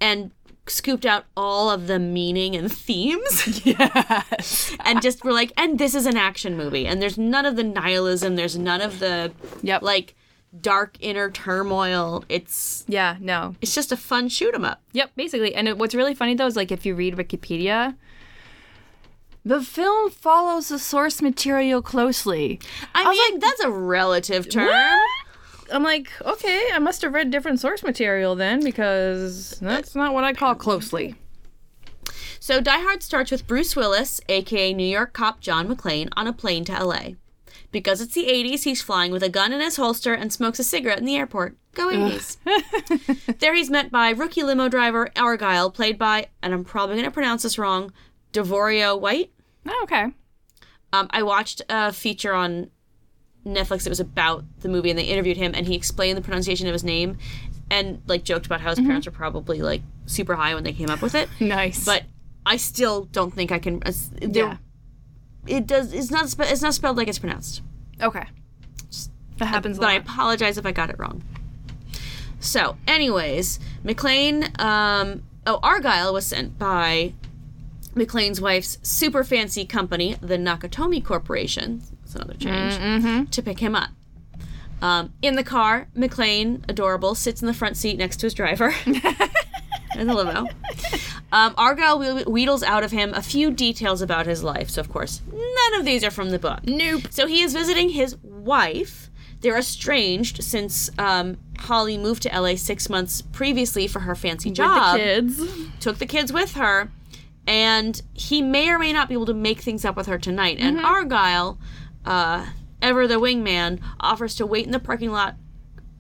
Speaker 2: and scooped out all of the meaning and themes
Speaker 1: Yes.
Speaker 2: and just were like, and this is an action movie. And there's none of the nihilism, there's none of the
Speaker 1: Yep.
Speaker 2: like dark inner turmoil. It's
Speaker 1: Yeah. No.
Speaker 2: it's just a fun shoot 'em up.
Speaker 1: Yep, basically. And it, what's really funny though is like if you read Wikipedia, the film follows the source material closely.
Speaker 2: I, mean, that's a relative term.
Speaker 1: I'm like, okay, I must have read different source material then because that's not what I call closely.
Speaker 2: So Die Hard starts with Bruce Willis, aka New York cop John McClane, on a plane to LA. Because it's the 80s, he's flying with a gun in his holster and smokes a cigarette in the airport. Go 80s. there he's met by rookie limo driver Argyle, played by, and I'm probably going to pronounce this wrong, Devorio White.
Speaker 1: Oh, okay.
Speaker 2: Um, I watched a feature on Netflix that was about the movie, and they interviewed him, and he explained the pronunciation of his name, and like joked about how his parents were probably like super high when they came up with it
Speaker 1: Nice.
Speaker 2: but I still don't think I can. uh, s- There, It does. It's not. spe- It's not spelled like it's pronounced.
Speaker 1: okay. That happens a
Speaker 2: But I
Speaker 1: lot.
Speaker 2: apologize if I got it wrong. So, anyways, McLean. Um, oh, Argyle was sent by McLean's wife's super fancy company, the Nakatomi Corporation. That's another change to pick him up. Um, in the car, McLean, adorable, sits in the front seat next to his driver in the limo. Um, Argyle whe- wheedles out of him a few details about his life. So, of course, none of these are from the book.
Speaker 1: Nope.
Speaker 2: So he is visiting his wife. They're estranged since um, Holly moved to LA six months previously for her fancy job.
Speaker 1: With the kids.
Speaker 2: Took the kids with her, and he may or may not be able to make things up with her tonight.
Speaker 1: Mm-hmm.
Speaker 2: And Argyle, uh, ever the wingman, offers to wait in the parking lot.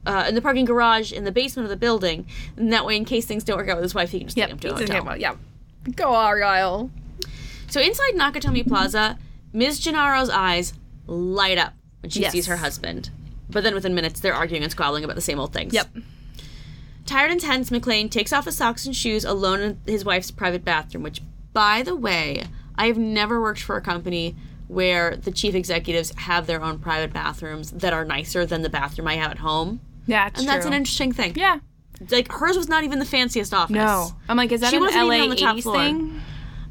Speaker 2: Uh, in the parking garage in the basement of the building, and that way, in case things don't work out with his wife, he can just take him to a hotel.
Speaker 1: Yeah. Go Argyle.
Speaker 2: So inside Nakatomi Plaza, Ms. Gennaro's eyes light up when she
Speaker 1: Yes.
Speaker 2: sees her husband. But then within minutes, they're arguing and squabbling about the same old things.
Speaker 1: Yep.
Speaker 2: Tired and tense, McLean takes off his socks and shoes alone in his wife's private bathroom, which, by the way, I have never worked for a company where the chief executives have their own private bathrooms that are nicer than the bathroom I have at home.
Speaker 1: That's
Speaker 2: And that's
Speaker 1: true.
Speaker 2: an interesting thing.
Speaker 1: Yeah.
Speaker 2: Like, hers was not even the fanciest office.
Speaker 1: No. I'm like, is that
Speaker 2: She
Speaker 1: an
Speaker 2: wasn't even
Speaker 1: LA
Speaker 2: on the top
Speaker 1: 80s
Speaker 2: floor.
Speaker 1: thing?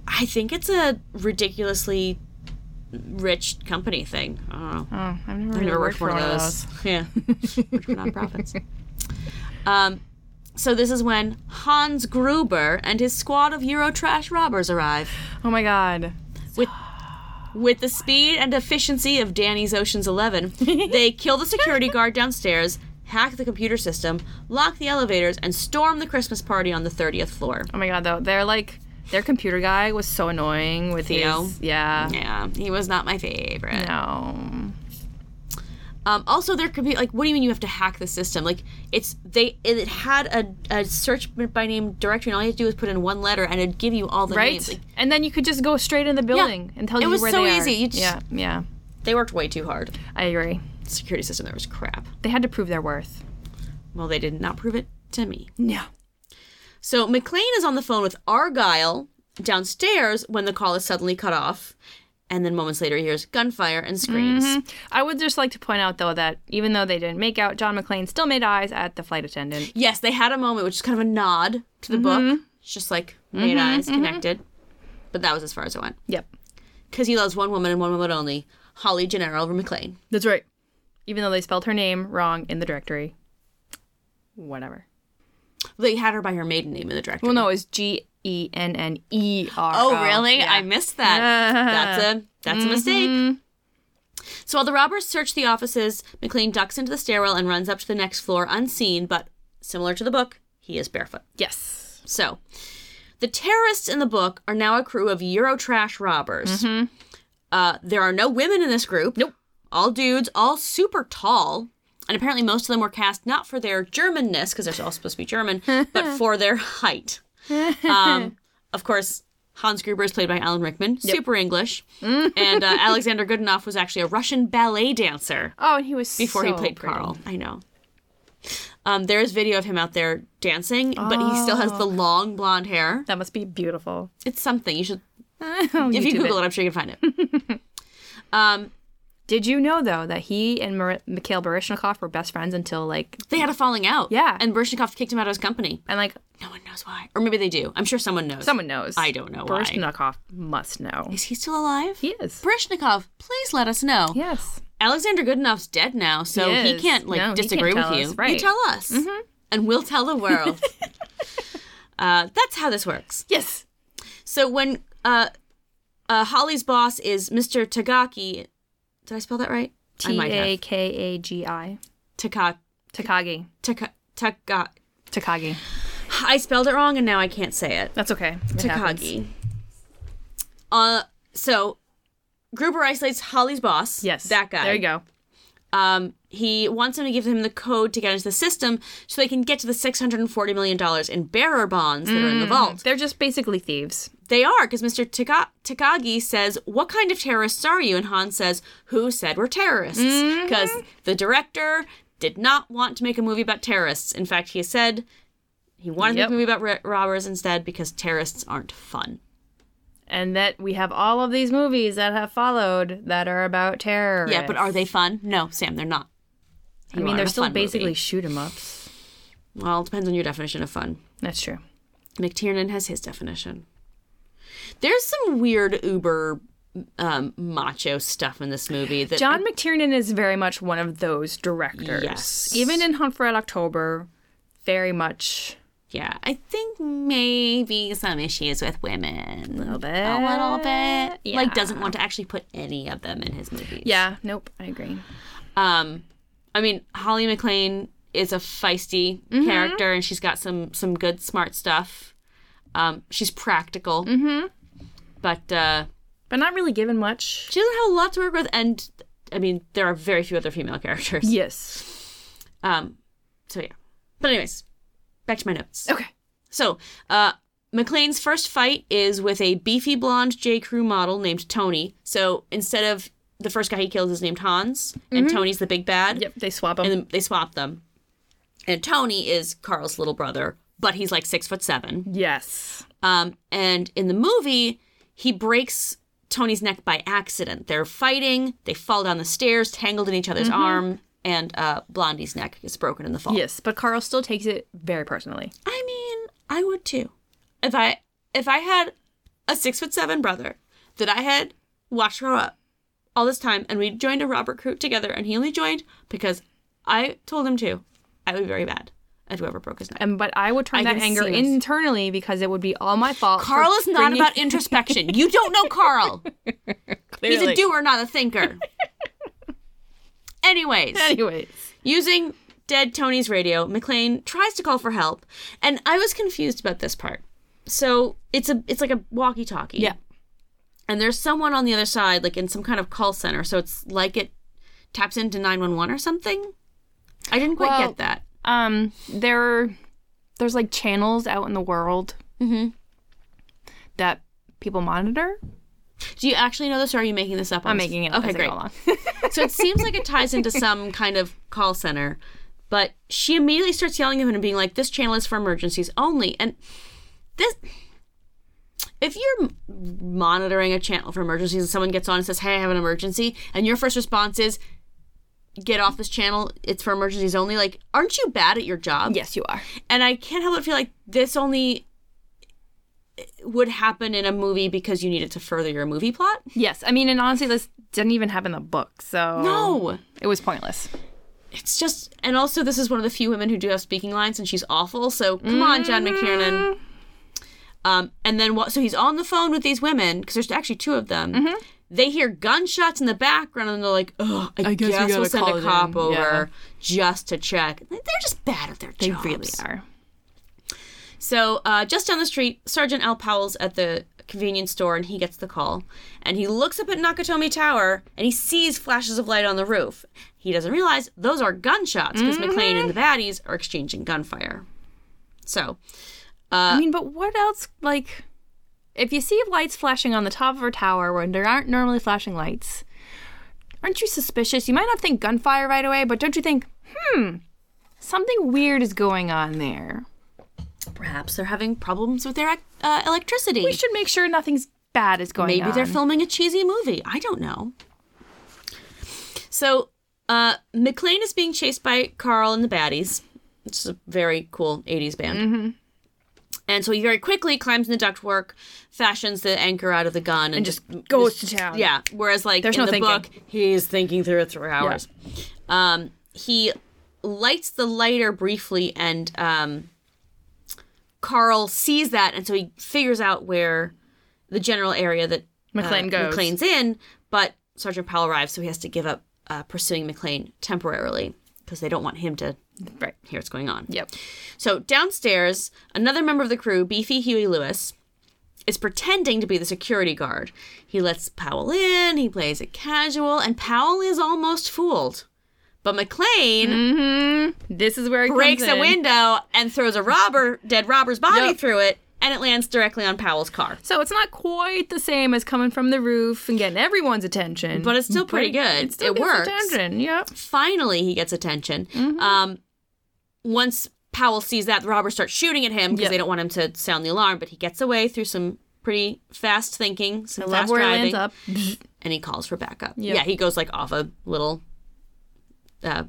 Speaker 2: I think it's a ridiculously rich company thing. I don't know.
Speaker 1: Oh, I've never,
Speaker 2: I've
Speaker 1: really
Speaker 2: never
Speaker 1: worked
Speaker 2: worked for one of those. Yeah. Worked for nonprofits. Um, so this is when Hans Gruber and his squad of Eurotrash robbers arrive.
Speaker 1: Oh my god.
Speaker 2: With the speed and efficiency of Danny's Ocean's Eleven, they kill the security guard downstairs, hack the computer system, lock the elevators, and storm the Christmas party on the 30th floor.
Speaker 1: Oh my god, though. They're like, their computer guy was so annoying with
Speaker 2: Theo?
Speaker 1: his. Yeah.
Speaker 2: Yeah, he was not my favorite.
Speaker 1: No.
Speaker 2: Um, also, there could be like, what do you mean you have to hack the system? Like, it's they it had a, a search by name directory, and all you had to do was put in one letter, and it'd give you all the
Speaker 1: Right?
Speaker 2: names. Like,
Speaker 1: and then you could just go straight in the building and tell
Speaker 2: It
Speaker 1: you
Speaker 2: was
Speaker 1: where
Speaker 2: so
Speaker 1: they
Speaker 2: easy.
Speaker 1: are.
Speaker 2: You just-
Speaker 1: Yeah, yeah.
Speaker 2: they worked way too hard.
Speaker 1: I agree.
Speaker 2: The security system there was crap.
Speaker 1: They had to prove their worth.
Speaker 2: Well, they did not prove it to me.
Speaker 1: Yeah.
Speaker 2: So McLean is on the phone with Argyle downstairs when the call is suddenly cut off. And then moments later, he hears gunfire and screams.
Speaker 1: I would just like to point out, though, that even though they didn't make out, John McClane still made eyes at the flight attendant.
Speaker 2: Yes, they had a moment, which is kind of a nod to the book. It's just like made eyes connected. But that was as far as it went.
Speaker 1: Yep.
Speaker 2: Because he loves one woman and one woman only Holly Gennaro McLean.
Speaker 1: That's right. Even though they spelled her name wrong in the directory. Whatever.
Speaker 2: They had her by her maiden name in the directory.
Speaker 1: Well, Oh, no, it was G E N N E R.
Speaker 2: Oh, really? I missed that. That's a that's a
Speaker 1: Mm-hmm.
Speaker 2: mistake. So while the robbers search the offices, McLean ducks into the stairwell and runs up to the next floor unseen, but similar to the book, he is barefoot.
Speaker 1: Yes.
Speaker 2: So the terrorists in the book are now a crew of Eurotrash robbers. Uh, there are no women in this group.
Speaker 1: Nope.
Speaker 2: All dudes, all super tall. And apparently, most of them were cast not for their Germanness, because they're all supposed to be German, but for their height. Um, of course, Hans Gruber is played by Alan Rickman, super English. and uh, Alexander Goodenough was actually a Russian ballet dancer
Speaker 1: Oh, and he was
Speaker 2: before he played Carl. I know. Um, there is video of him out there dancing, but he still has the
Speaker 1: Oh.
Speaker 2: long blonde hair.
Speaker 1: That must be beautiful.
Speaker 2: It's something. You should,
Speaker 1: if
Speaker 2: if you Google it, I'm sure you can find it. um,
Speaker 1: Did you know though that he and Mar- Mikhail Baryshnikov were best friends until like
Speaker 2: they had a falling out.
Speaker 1: Yeah.
Speaker 2: And Bershnikov kicked him out of his company.
Speaker 1: and like
Speaker 2: No one knows why. Or maybe they do. I'm sure someone knows.
Speaker 1: someone knows.
Speaker 2: I don't know why.
Speaker 1: Baryshnikov must know.
Speaker 2: Is he still alive?
Speaker 1: He is.
Speaker 2: Barishnikov, please let us know.
Speaker 1: Yes.
Speaker 2: Alexander Goodenough's dead now, so
Speaker 1: He
Speaker 2: he,
Speaker 1: is.
Speaker 2: can't like
Speaker 1: No, he
Speaker 2: disagree
Speaker 1: can't tell us,
Speaker 2: with you. You
Speaker 1: right. Mm-hmm.
Speaker 2: tell us, and we'll tell the world. uh, that's how this works.
Speaker 1: Yes.
Speaker 2: So when uh, uh, Holly's boss is Mr. Tagaki, did I spell that right? I
Speaker 1: T
Speaker 2: might
Speaker 1: a
Speaker 2: have.
Speaker 1: k a g i.
Speaker 2: Taka,
Speaker 1: Takagi.
Speaker 2: taka, taka.
Speaker 1: Takagi.
Speaker 2: I spelled it wrong, and now I can't say it.
Speaker 1: That's okay. It happens.
Speaker 2: Takagi. Uh, so Gruber isolates Holly's boss.
Speaker 1: Yes.
Speaker 2: that guy.
Speaker 1: There you go.
Speaker 2: Um, he wants him to give him the code to get into the system so they can get to the $640 million in bearer bonds that are in the
Speaker 1: Mm.
Speaker 2: vault.
Speaker 1: They're just basically thieves.
Speaker 2: They are, because Mr. Taka- Takagi says, What kind of terrorists are you? And Han says, Who said we're terrorists?
Speaker 1: Mm-hmm.
Speaker 2: Because the director did not want to make a movie about terrorists. In fact, he said he wanted
Speaker 1: Yep.
Speaker 2: to make a movie about r- robbers instead because terrorists aren't fun.
Speaker 1: And that we have all of these movies that have followed that are about terror.
Speaker 2: Yeah, but are they fun? No, Sam, they're not.
Speaker 1: I
Speaker 2: You
Speaker 1: mean,
Speaker 2: want
Speaker 1: they're
Speaker 2: a
Speaker 1: still
Speaker 2: fun movie.
Speaker 1: basically shoot 'em ups.
Speaker 2: Well, it depends on your definition of fun.
Speaker 1: That's true.
Speaker 2: McTiernan has his definition. There's some weird uber um, macho stuff in this movie that
Speaker 1: John McTiernan is very much one of those directors.
Speaker 2: Yes.
Speaker 1: Even in Hunt for Red October, very much
Speaker 2: yeah, I think maybe some issues with women.
Speaker 1: a
Speaker 2: A
Speaker 1: little bit.
Speaker 2: A little bit.
Speaker 1: Yeah.
Speaker 2: Like doesn't want to actually put any of them in his movies.
Speaker 1: Yeah, nope, I agree.
Speaker 2: Um I mean, Holly McLean is a feisty character and she's got some some good smart stuff. Um she's practical. Mm-hmm. But uh
Speaker 1: But not really given much.
Speaker 2: she doesn't have a lot to work with and I mean, there are very few other female characters.
Speaker 1: Yes.
Speaker 2: Um, so yeah. But anyways, back to my notes.
Speaker 1: Okay.
Speaker 2: So, uh, McLean's first fight is with a beefy blonde J. Crew model named Tony. So instead of the first guy he kills is named Hans, and Tony's the big bad.
Speaker 1: Yep, they swap them.
Speaker 2: And then they swap them. And Tony is Carl's little brother, but he's like six foot seven.
Speaker 1: yes.
Speaker 2: Um, and in the movie, he breaks Tony's neck by accident. They're fighting, they fall down the stairs, tangled in each other's arm, and uh, Blondie's neck gets broken in the fall.
Speaker 1: Yes, but Carl still takes it very personally.
Speaker 2: I mean, I would too. If I if I had a six foot seven brother that I had watched grow up all this time, and we joined a robber crew together, and he only joined because I told him to, I would be very bad at whoever broke his neck.
Speaker 1: And but I would turn
Speaker 2: I
Speaker 1: that
Speaker 2: can
Speaker 1: anger
Speaker 2: see this.
Speaker 1: internally because it would be all my fault. for
Speaker 2: Carl is not
Speaker 1: bringing-
Speaker 2: about introspection. You don't know Carl. He's a
Speaker 1: Clearly.
Speaker 2: doer, not a thinker. Anyways,
Speaker 1: Anyways,
Speaker 2: using dead Tony's radio, McLean tries to call for help, and I was confused about this part. So it's a it's like a walkie-talkie.
Speaker 1: Yeah.
Speaker 2: And there's someone on the other side, like in some kind of call center. So it's like it taps into 911 or something. I didn't quite
Speaker 1: Well-
Speaker 2: get that.
Speaker 1: um, there, there's like channels out in the world that people monitor.
Speaker 2: Do you actually know this, or are you making this up?
Speaker 1: I'm making it up
Speaker 2: Okay,
Speaker 1: as I
Speaker 2: great.
Speaker 1: go along.
Speaker 2: So it seems like it ties into some kind of call center, but she immediately starts yelling at him and being like, "This channel is for emergencies only." And this, if you're m- monitoring a channel for emergencies and someone gets on and says, "Hey, I have an emergency," and your first response is, "Get off this channel. It's for emergencies only." Like, aren't you bad at your job?
Speaker 1: Yes, you are.
Speaker 2: And I can't help but feel like this only eh, would happen in a movie because you need it to further your movie plot.
Speaker 1: Yes, I mean, and honestly, this didn't even have in the book, so
Speaker 2: No.
Speaker 1: it was pointless.
Speaker 2: It's just and also this is one of the few women who do have speaking lines and she's awful. So come on, John
Speaker 1: Mm.
Speaker 2: McTiernan. Um, and then what? So he's on the phone with these women because there's actually two of them.
Speaker 1: Mm-hmm.
Speaker 2: They hear gunshots in the background and they're like, "Oh, I,
Speaker 1: guess
Speaker 2: guess,
Speaker 1: we
Speaker 2: we'll
Speaker 1: gotta
Speaker 2: send
Speaker 1: call
Speaker 2: a
Speaker 1: it
Speaker 2: cop
Speaker 1: in."
Speaker 2: over
Speaker 1: Yeah.
Speaker 2: just to check." They're just bad at their
Speaker 1: They
Speaker 2: jobs.
Speaker 1: really are.
Speaker 2: So uh, just down the street, Sergeant Al Powell's at the convenience store and he gets the call. And he looks up at Nakatomi Tower and he sees flashes of light on the roof. He doesn't realize those are gunshots because McLean and the baddies are exchanging gunfire. So Uh,
Speaker 1: I mean, but what else? Like, if you see lights flashing on the top of a tower when there aren't normally flashing lights, aren't you suspicious? You might not think gunfire right away, but don't you think, hmm, something weird is going on there?
Speaker 2: perhaps they're having problems with their uh, electricity.
Speaker 1: We should make sure nothing's bad is going
Speaker 2: Maybe
Speaker 1: on.
Speaker 2: they're filming a cheesy movie. I don't know. So, uh, McLean is being chased by Carl and the Baddies, which is a very cool 80s band.
Speaker 1: Mm-hmm.
Speaker 2: And so he very quickly climbs in the ductwork, fashions the anchor out of the gun, and,
Speaker 1: just goes to town.
Speaker 2: Yeah. Whereas, like,
Speaker 1: There's
Speaker 2: in
Speaker 1: no
Speaker 2: the
Speaker 1: thinking.
Speaker 2: book, he's thinking through it for hours. Um, he lights the lighter briefly, and um, Carl sees that, and so he figures out where the general area that uh,
Speaker 1: McLean goes.
Speaker 2: McLean's in, but Sergeant Powell arrives, so he has to give up uh, pursuing McLean temporarily because they don't want him to
Speaker 1: Right.
Speaker 2: hear what's going on.
Speaker 1: Yep.
Speaker 2: So downstairs, another member of the crew, Beefy Huey Lewis, is pretending to be the security guard. He lets Powell in, he plays it casual, and Powell is almost fooled. But McLean
Speaker 1: This is where it
Speaker 2: breaks
Speaker 1: comes
Speaker 2: a
Speaker 1: in.
Speaker 2: window and throws a robber, dead robber's body
Speaker 1: Yep.
Speaker 2: through it, and it lands directly on Powell's car.
Speaker 1: So it's not quite the same as coming from the roof and getting everyone's attention,
Speaker 2: But it's still pretty good. It,
Speaker 1: still gets
Speaker 2: works.
Speaker 1: Attention. Yep.
Speaker 2: Finally, he gets attention. Um, once Powell sees that, the robbers start shooting at him because
Speaker 1: Yep.
Speaker 2: they don't want him to sound the alarm. But he gets away through some pretty fast thinking, some
Speaker 1: I love
Speaker 2: fast
Speaker 1: where
Speaker 2: driving,
Speaker 1: it lands up.
Speaker 2: and he calls for backup.
Speaker 1: Yep.
Speaker 2: Yeah, he goes like off a little uh,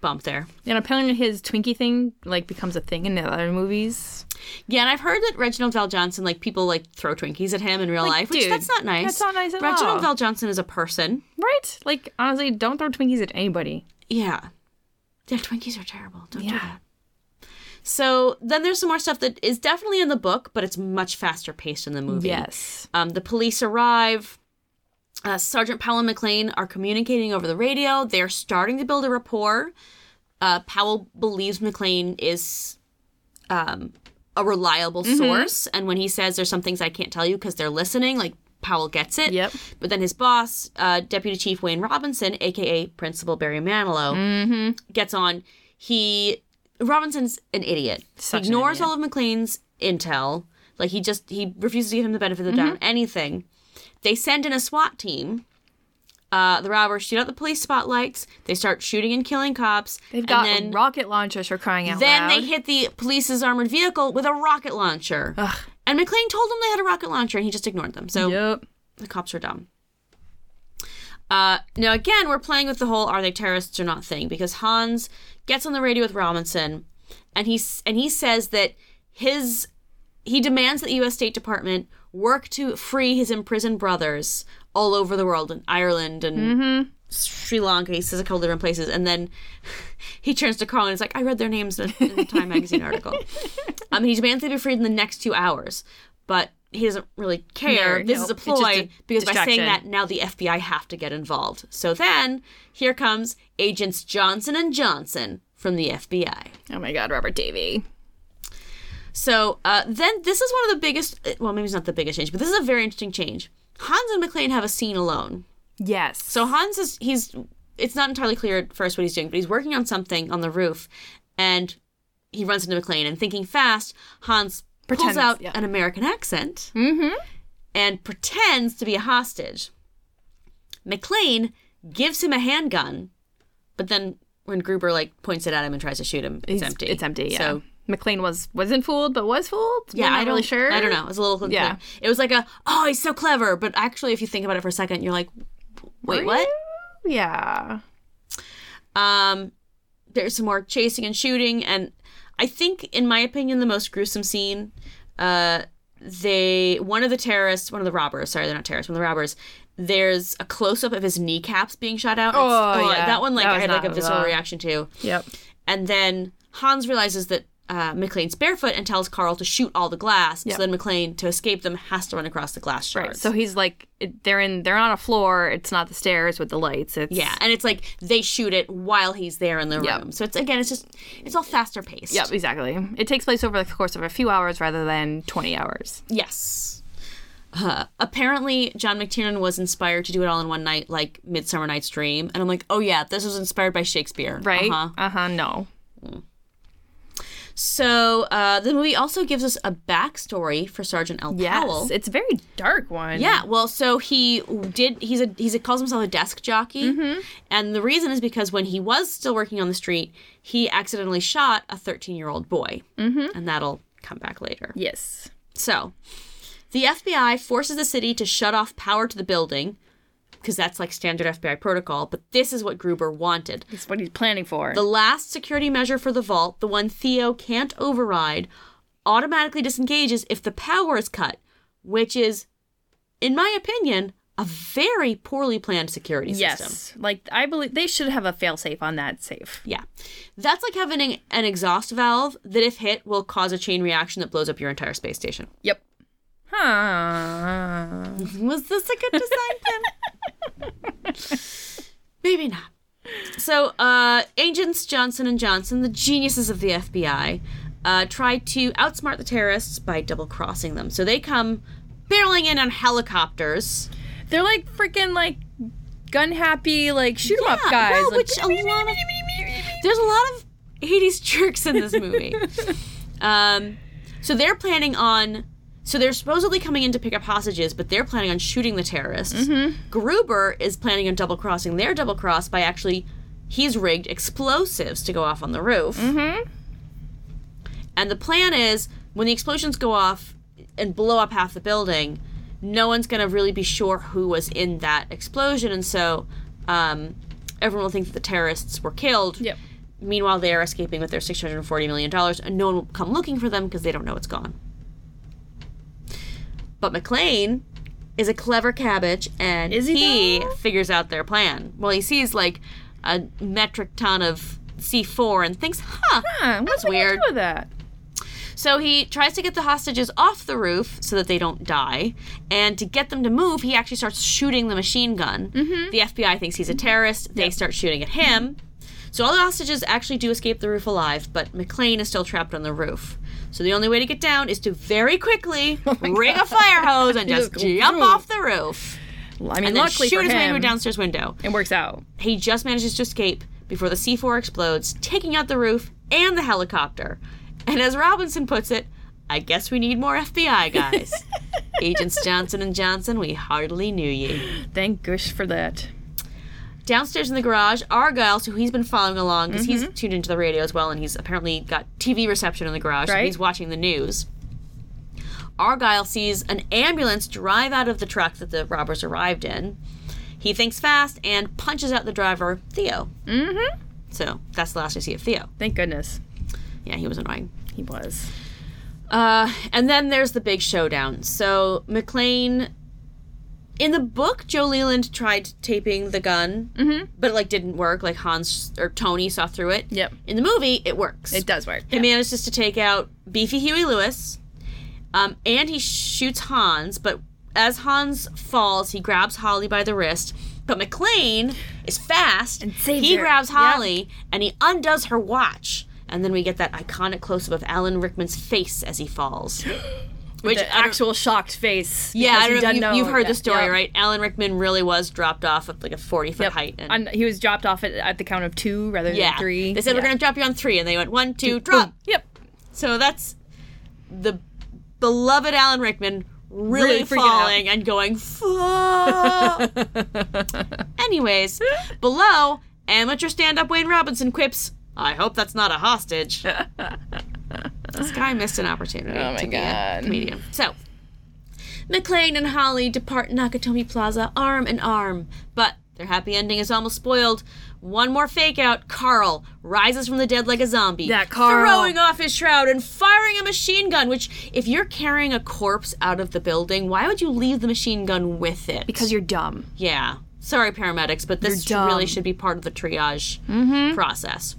Speaker 2: bump there.
Speaker 1: And apparently his Twinkie thing like becomes a thing in the other movies.
Speaker 2: Yeah, and I've heard that Reginald Val Johnson, like people like throw Twinkies at him in real life, which
Speaker 1: dude,
Speaker 2: that's not nice.
Speaker 1: that's not nice at
Speaker 2: Reginald
Speaker 1: all.
Speaker 2: Val Johnson is a person.
Speaker 1: Right? Like honestly, don't throw Twinkies at anybody.
Speaker 2: Yeah. Yeah, Twinkies are terrible. Don't do
Speaker 1: Yeah.
Speaker 2: that. So then there's some more stuff that is definitely in the book, but it's much faster paced in the movie.
Speaker 1: Yes.
Speaker 2: Um, the police arrive. Uh, Sergeant Powell and McLean are communicating over the radio. They're starting to build a rapport. Uh, Powell believes McLean is um, a reliable source. And when he says there's some things I can't tell you because they're listening, like Powell gets it.
Speaker 1: Yep.
Speaker 2: But then his boss, uh, Deputy Chief Wayne Robinson, aka Principal Barry Manilow, gets on. He Robinson's an idiot.
Speaker 1: Such an
Speaker 2: he ignores
Speaker 1: idiot.
Speaker 2: all of McLean's intel. Like he just he refuses to give him the benefit of the doubt
Speaker 1: Mm-hmm.
Speaker 2: on anything. They send in a SWAT team. Uh, the robbers shoot out the police spotlights. They start shooting and killing cops.
Speaker 1: They've got
Speaker 2: and then,
Speaker 1: rocket launchers for crying out
Speaker 2: then
Speaker 1: loud.
Speaker 2: they hit the police's armored vehicle with a rocket launcher. And McLean told them they had a rocket launcher, and he just ignored them. So
Speaker 1: Yep.
Speaker 2: the cops are dumb. Uh, now again, we're playing with the whole "are they terrorists or not" thing because Hans gets on the radio with Robinson, and he s- and he says that his he demands that the U.S. State Department work to free his imprisoned brothers all over the world in Ireland and
Speaker 1: Mm-hmm.
Speaker 2: Sri Lanka. He says a couple different places, and then he turns to Carl and he's like, "I read their names in, a- in the Time magazine article." Um, he demands they be freed in the next two hours, but he doesn't really care.
Speaker 1: No,
Speaker 2: this
Speaker 1: no,
Speaker 2: is a
Speaker 1: it's just a
Speaker 2: ploy because by saying
Speaker 1: distraction.
Speaker 2: that now the FBI have to get involved. So then here comes agents Johnson and Johnson from the FBI.
Speaker 1: Oh my god, Robert Davy.
Speaker 2: So uh, then this is one of the biggest. uh, Well, maybe it's not the biggest change, but this is a very interesting change. Hans and McLean have a scene alone.
Speaker 1: Yes.
Speaker 2: So Hans is he's it's not entirely clear at first what he's doing, but he's working on something on the roof, and he runs into McLean and thinking fast, Hans
Speaker 1: Pretends,
Speaker 2: pulls out
Speaker 1: yeah. Mm-hmm.
Speaker 2: an American accent and pretends to be a hostage. McLean gives him a handgun, but then when Gruber like points it at him and tries to shoot him, it's
Speaker 1: He's-
Speaker 2: empty.
Speaker 1: it's empty, yeah.
Speaker 2: So
Speaker 1: McLean was wasn't fooled, but was fooled. We're
Speaker 2: Yeah,
Speaker 1: not
Speaker 2: I don't
Speaker 1: really sure.
Speaker 2: I don't know. It was a little.
Speaker 1: Yeah.
Speaker 2: It was like a oh, he's so clever, but actually, if you think about it for a second, you're like, wait,
Speaker 1: Were
Speaker 2: what?
Speaker 1: you? Yeah.
Speaker 2: Um, there's some more chasing and shooting, and I think, in my opinion, the most gruesome scene. Uh, they one of the terrorists, one of the robbers. Sorry, they're not terrorists. One of the robbers. There's a close up of his kneecaps being shot out. It's-
Speaker 1: Oh, yeah.
Speaker 2: that one like
Speaker 1: That
Speaker 2: I
Speaker 1: was
Speaker 2: had like a
Speaker 1: not-
Speaker 2: visceral
Speaker 1: uh,
Speaker 2: reaction to.
Speaker 1: Yep.
Speaker 2: And then Hans realizes that uh, McLean's barefoot and tells Carl to shoot all the glass.
Speaker 1: Yep.
Speaker 2: So then McLean, to escape them, has to run across the glass shards.
Speaker 1: Right. So he's like, it- they're in, they're on a floor. It's not the stairs with the lights. It's
Speaker 2: yeah, and it's like they shoot it while he's there in the
Speaker 1: Yep.
Speaker 2: room. So it's again, it's just it's all faster paced.
Speaker 1: Yep, exactly. It takes place over the course of a few hours rather than 20 hours.
Speaker 2: Yes. Uh, apparently, John McTiernan was inspired to do it all in one night, like Midsummer Night's Dream. And I'm like, oh yeah, this was inspired by Shakespeare,
Speaker 1: Right?
Speaker 2: Uh-huh.
Speaker 1: Uh huh. No.
Speaker 2: So uh, the movie also gives us a backstory for Sergeant L.
Speaker 1: Yes.
Speaker 2: Powell.
Speaker 1: It's a very dark one.
Speaker 2: Yeah, well, so he did. He's a he's a, calls himself a desk jockey, and the reason is because when he was still working on the street, he accidentally shot a 13 year old boy, mm-hmm. and that'll come back later.
Speaker 1: Yes.
Speaker 2: So, the FBI forces the city to shut off power to the building because that's like standard FBI protocol. But this is what Gruber wanted.
Speaker 1: It's what he's planning for.
Speaker 2: The last security measure for the vault, the one Theo can't override, automatically disengages if the power is cut, which is, in my opinion, a very poorly planned security system.
Speaker 1: yes. Like, I believe they should have a failsafe on that safe.
Speaker 2: Yeah. That's like having an- an exhaust valve that, if hit, will cause a chain reaction that blows up your entire space station.
Speaker 1: Yep. Huh.
Speaker 2: Was this a good design then? Maybe not. So, uh, agents Johnson and Johnson, the geniuses of the FBI, uh, try to outsmart the terrorists by double crossing them. So they come barreling in on helicopters.
Speaker 1: They're like freaking like gun happy, like shoot 'em up
Speaker 2: Yeah,
Speaker 1: guys.
Speaker 2: well,
Speaker 1: like,
Speaker 2: which a lot of, there's a lot of 80s jerks in this movie. um, so they're planning on. So they're supposedly coming in to pick up hostages, but they're planning on shooting the terrorists.
Speaker 1: Mm-hmm.
Speaker 2: Gruber is planning on double crossing their double cross by actually. He's rigged explosives to go off on the roof.
Speaker 1: Mhm.
Speaker 2: And the plan is when the explosions go off and blow up half the building, no one's going to really be sure who was in that explosion. And so um, everyone will think that the terrorists were killed.
Speaker 1: Yep.
Speaker 2: Meanwhile, they are escaping with their $640 million, and no one will come looking for them because they don't know it's gone. But McLean is a clever cabbage, and
Speaker 1: Is he though?
Speaker 2: figures out their plan. Well, he sees like a metric ton of C4 and thinks, huh,
Speaker 1: Huh,
Speaker 2: that's
Speaker 1: what's he gonna
Speaker 2: weird.
Speaker 1: do with that?
Speaker 2: So he tries to get the hostages off the roof so that they don't die. And to get them to move, he actually starts shooting the machine gun.
Speaker 1: Mm-hmm.
Speaker 2: The FBI thinks he's a terrorist. They start shooting at him. So all the hostages actually do escape the roof alive, but McLean is still trapped on the roof. So the only way to get down is to very quickly
Speaker 1: Oh
Speaker 2: rig a fire hose and just
Speaker 1: Just go
Speaker 2: jump
Speaker 1: through.
Speaker 2: off the roof
Speaker 1: Well, I mean,
Speaker 2: and then
Speaker 1: luckily
Speaker 2: shoot
Speaker 1: for
Speaker 2: his way
Speaker 1: him,
Speaker 2: to a downstairs window.
Speaker 1: it works out.
Speaker 2: He just manages to escape before the C4 explodes, taking out the roof and the helicopter. And as Robinson puts it, I guess we need more FBI guys. Agents Johnson and Johnson, we hardly knew you.
Speaker 1: Thank gosh for that.
Speaker 2: Downstairs in the garage, Argyle, so he's been following along because he's tuned into the radio as well, and he's apparently got TV reception in the garage, so
Speaker 1: Right.
Speaker 2: he's watching the news. Argyle sees an ambulance drive out of the truck that the robbers arrived in. He thinks fast and punches out the driver, Theo.
Speaker 1: Mm-hmm.
Speaker 2: So that's the last we see of Theo.
Speaker 1: Thank goodness
Speaker 2: Yeah, he was annoying.
Speaker 1: he was.
Speaker 2: Uh, and then there's the big showdown. So McLean, in the book, Joe Leland tried taping the gun,
Speaker 1: Mm-hmm.
Speaker 2: but it, like didn't work. Like Hans or Tony saw through it.
Speaker 1: Yep.
Speaker 2: In the movie, it works.
Speaker 1: It does work.
Speaker 2: He manages to take out Beefy Huey Lewis, um, and he shoots Hans. But as Hans falls, he grabs Holly by the wrist. But McLean is fast.
Speaker 1: And saves
Speaker 2: he
Speaker 1: her.
Speaker 2: grabs
Speaker 1: Yep.
Speaker 2: Holly and he undoes her watch. And then we get that iconic close up of Alan Rickman's face as he falls. Which
Speaker 1: the
Speaker 2: I don't-
Speaker 1: actual shocked face.
Speaker 2: yeah, I
Speaker 1: because he
Speaker 2: don't know,
Speaker 1: doesn't
Speaker 2: you, you've heard
Speaker 1: Yeah.
Speaker 2: the story,
Speaker 1: Yep.
Speaker 2: right? Alan Rickman really was dropped off at like a forty foot
Speaker 1: Yep.
Speaker 2: height. And,
Speaker 1: And he was dropped off at, at the count of two rather than
Speaker 2: yeah,
Speaker 1: three.
Speaker 2: They said
Speaker 1: Yeah.
Speaker 2: we're gonna drop you on three, and they went one, two, drop.
Speaker 1: Boom. Yep.
Speaker 2: So that's the beloved Alan Rickman
Speaker 1: Really
Speaker 2: really,
Speaker 1: freaking out.
Speaker 2: falling and going, "Fuck." Anyways, below, amateur stand up Wayne Robinson quips, I hope that's not a hostage. This guy missed an opportunity
Speaker 1: Oh my
Speaker 2: to be a
Speaker 1: God.
Speaker 2: comedian. So, McLean and Holly depart Nakatomi Plaza arm in arm, but their happy ending is almost spoiled. One more fake out, Carl rises from the dead like a zombie.
Speaker 1: Yeah, Carl.
Speaker 2: Throwing off his shroud and firing a machine gun, which, if you're carrying a corpse out of the building, why would you leave the machine gun with it?
Speaker 1: because you're dumb.
Speaker 2: Yeah. Sorry, paramedics, but this
Speaker 1: You're dumb. Mm-hmm.
Speaker 2: really should be part of the triage process.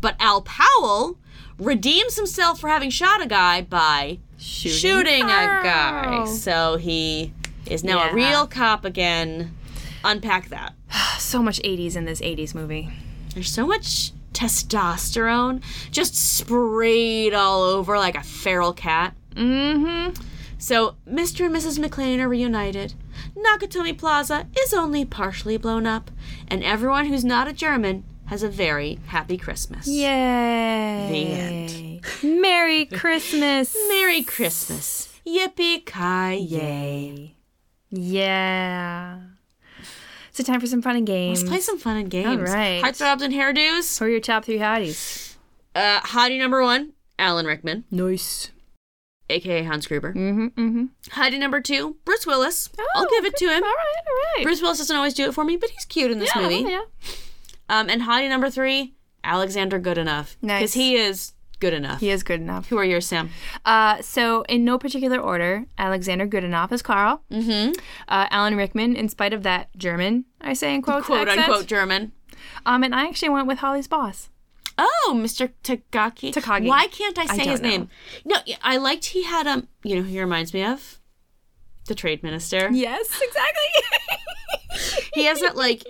Speaker 2: But Al Powell redeems himself for having shot a guy by shooting, a guy.
Speaker 1: Carl.
Speaker 2: So he is now
Speaker 1: Yeah.
Speaker 2: a real cop again. Unpack that.
Speaker 1: So much 80s in this 80s movie.
Speaker 2: There's so much testosterone just sprayed all over like a feral cat.
Speaker 1: Mm hmm.
Speaker 2: So, Mr. and Mrs. McLean are reunited. Nakatomi Plaza is only partially blown up, and everyone who's not a German has a very happy Christmas.
Speaker 1: Yay.
Speaker 2: end.
Speaker 1: Merry Christmas.
Speaker 2: Merry Christmas. Yippee ki yay.
Speaker 1: Yeah. So, time for some fun and games.
Speaker 2: Let's play some fun and games.
Speaker 1: right.
Speaker 2: Heartthrobs and hairdos.
Speaker 1: Who are your top three hotties?
Speaker 2: Uh, hottie number one, Alan Rickman,
Speaker 1: Nice.
Speaker 2: aka Hans Gruber.
Speaker 1: Mm-hmm. Mm-hmm.
Speaker 2: Hottie number two, Bruce Willis.
Speaker 1: Oh,
Speaker 2: I'll give it to him.
Speaker 1: All right. All right.
Speaker 2: Bruce Willis doesn't always do it for me, but he's cute in this
Speaker 1: yeah,
Speaker 2: movie.
Speaker 1: yeah.
Speaker 2: Um, and hottie number three, Alexander Goodenough.
Speaker 1: Nice.
Speaker 2: Because he is good enough.
Speaker 1: He is good enough.
Speaker 2: Who are yours, Sam?
Speaker 1: Uh, so, in no particular order, Alexander Goodenough is Carl.
Speaker 2: Mm-hmm.
Speaker 1: Uh, Alan Rickman, in spite of that German, I say in quotes,
Speaker 2: Quote
Speaker 1: accent.
Speaker 2: unquote German.
Speaker 1: Um, and I actually went with Holly's boss.
Speaker 2: Oh, Mr. Takagi.
Speaker 1: Takagi.
Speaker 2: Why can't I say
Speaker 1: don't
Speaker 2: his
Speaker 1: know.
Speaker 2: name? No, yeah, I liked he had um. You know, who he reminds me of the trade minister.
Speaker 1: Yes, exactly.
Speaker 2: He has that like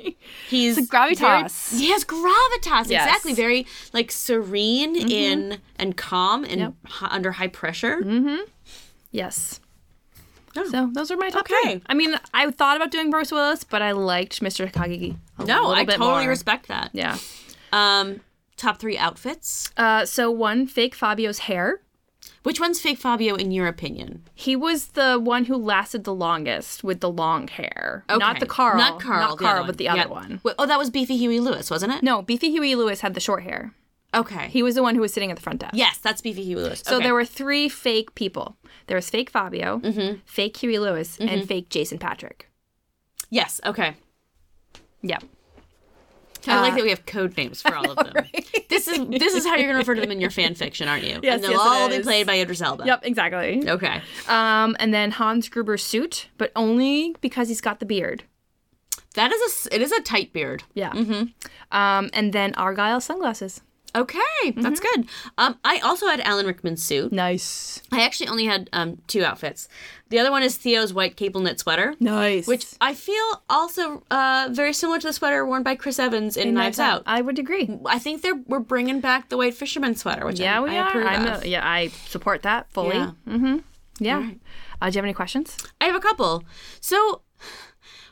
Speaker 2: he's
Speaker 1: It's a gravitas.
Speaker 2: very- he has
Speaker 1: Yes.
Speaker 2: gravitas.
Speaker 1: Mm-hmm.
Speaker 2: Exactly. Very like serene in and calm and
Speaker 1: Yep. Mm-hmm.
Speaker 2: hi- under high pressure.
Speaker 1: yes.
Speaker 2: Oh.
Speaker 1: So those are my top
Speaker 2: Okay.
Speaker 1: three. I mean, I thought about doing Bruce Willis, but I liked Mr. Takagi. a
Speaker 2: No,
Speaker 1: little
Speaker 2: I
Speaker 1: bit
Speaker 2: totally
Speaker 1: more.
Speaker 2: respect that.
Speaker 1: Yeah.
Speaker 2: Um, top three outfits.
Speaker 1: Uh, so one fake Fabio's hair.
Speaker 2: Which one's fake Fabio in your opinion?
Speaker 1: He was the one who lasted the longest with the long hair. Not
Speaker 2: Okay.
Speaker 1: the Carl.
Speaker 2: Not Carl.
Speaker 1: Not
Speaker 2: the
Speaker 1: Carl,
Speaker 2: other
Speaker 1: but the other
Speaker 2: Yeah.
Speaker 1: one.
Speaker 2: Wait, oh, that was Beefy Huey Lewis, wasn't it?
Speaker 1: No, Beefy Huey Lewis had the short hair.
Speaker 2: Okay.
Speaker 1: He was the one who was sitting at the front desk.
Speaker 2: Yes, that's Beefy Huey Lewis.
Speaker 1: So there were three fake people. There was fake Fabio,
Speaker 2: Mm-hmm.
Speaker 1: fake Huey Lewis, and fake Jason Patrick.
Speaker 2: Yes. Okay. Uh,
Speaker 1: Yeah.
Speaker 2: I like that we have code names for all of them. This is this is how you're going to refer to them in your fan fiction, aren't you?
Speaker 1: Yes,
Speaker 2: And they'll
Speaker 1: yes, it
Speaker 2: all be
Speaker 1: is.
Speaker 2: played by Idris Elba.
Speaker 1: Yep, exactly.
Speaker 2: Okay.
Speaker 1: Um, and then Hans Gruber's suit, but only because he's got the beard.
Speaker 2: That is a s- it is a tight beard.
Speaker 1: Yeah.
Speaker 2: Mm-hmm.
Speaker 1: Um, and then Argyle sunglasses.
Speaker 2: Okay, that's good. Um, I also had Alan Rickman's suit.
Speaker 1: Nice.
Speaker 2: I actually only had um two outfits. The other one is Theo's white cable knit sweater.
Speaker 1: Nice.
Speaker 2: Which I feel also uh, very similar to the sweater worn by Chris Evans in, Knives, Out.
Speaker 1: I would agree.
Speaker 2: I think they're we're bringing back the white fisherman sweater, which
Speaker 1: Yeah,
Speaker 2: I,
Speaker 1: we
Speaker 2: I
Speaker 1: are.
Speaker 2: approve
Speaker 1: I'm
Speaker 2: of.
Speaker 1: a, yeah, I support that fully.
Speaker 2: Yeah.
Speaker 1: Mm-hmm. Yeah. Uh, do you have any questions?
Speaker 2: I have a couple. So,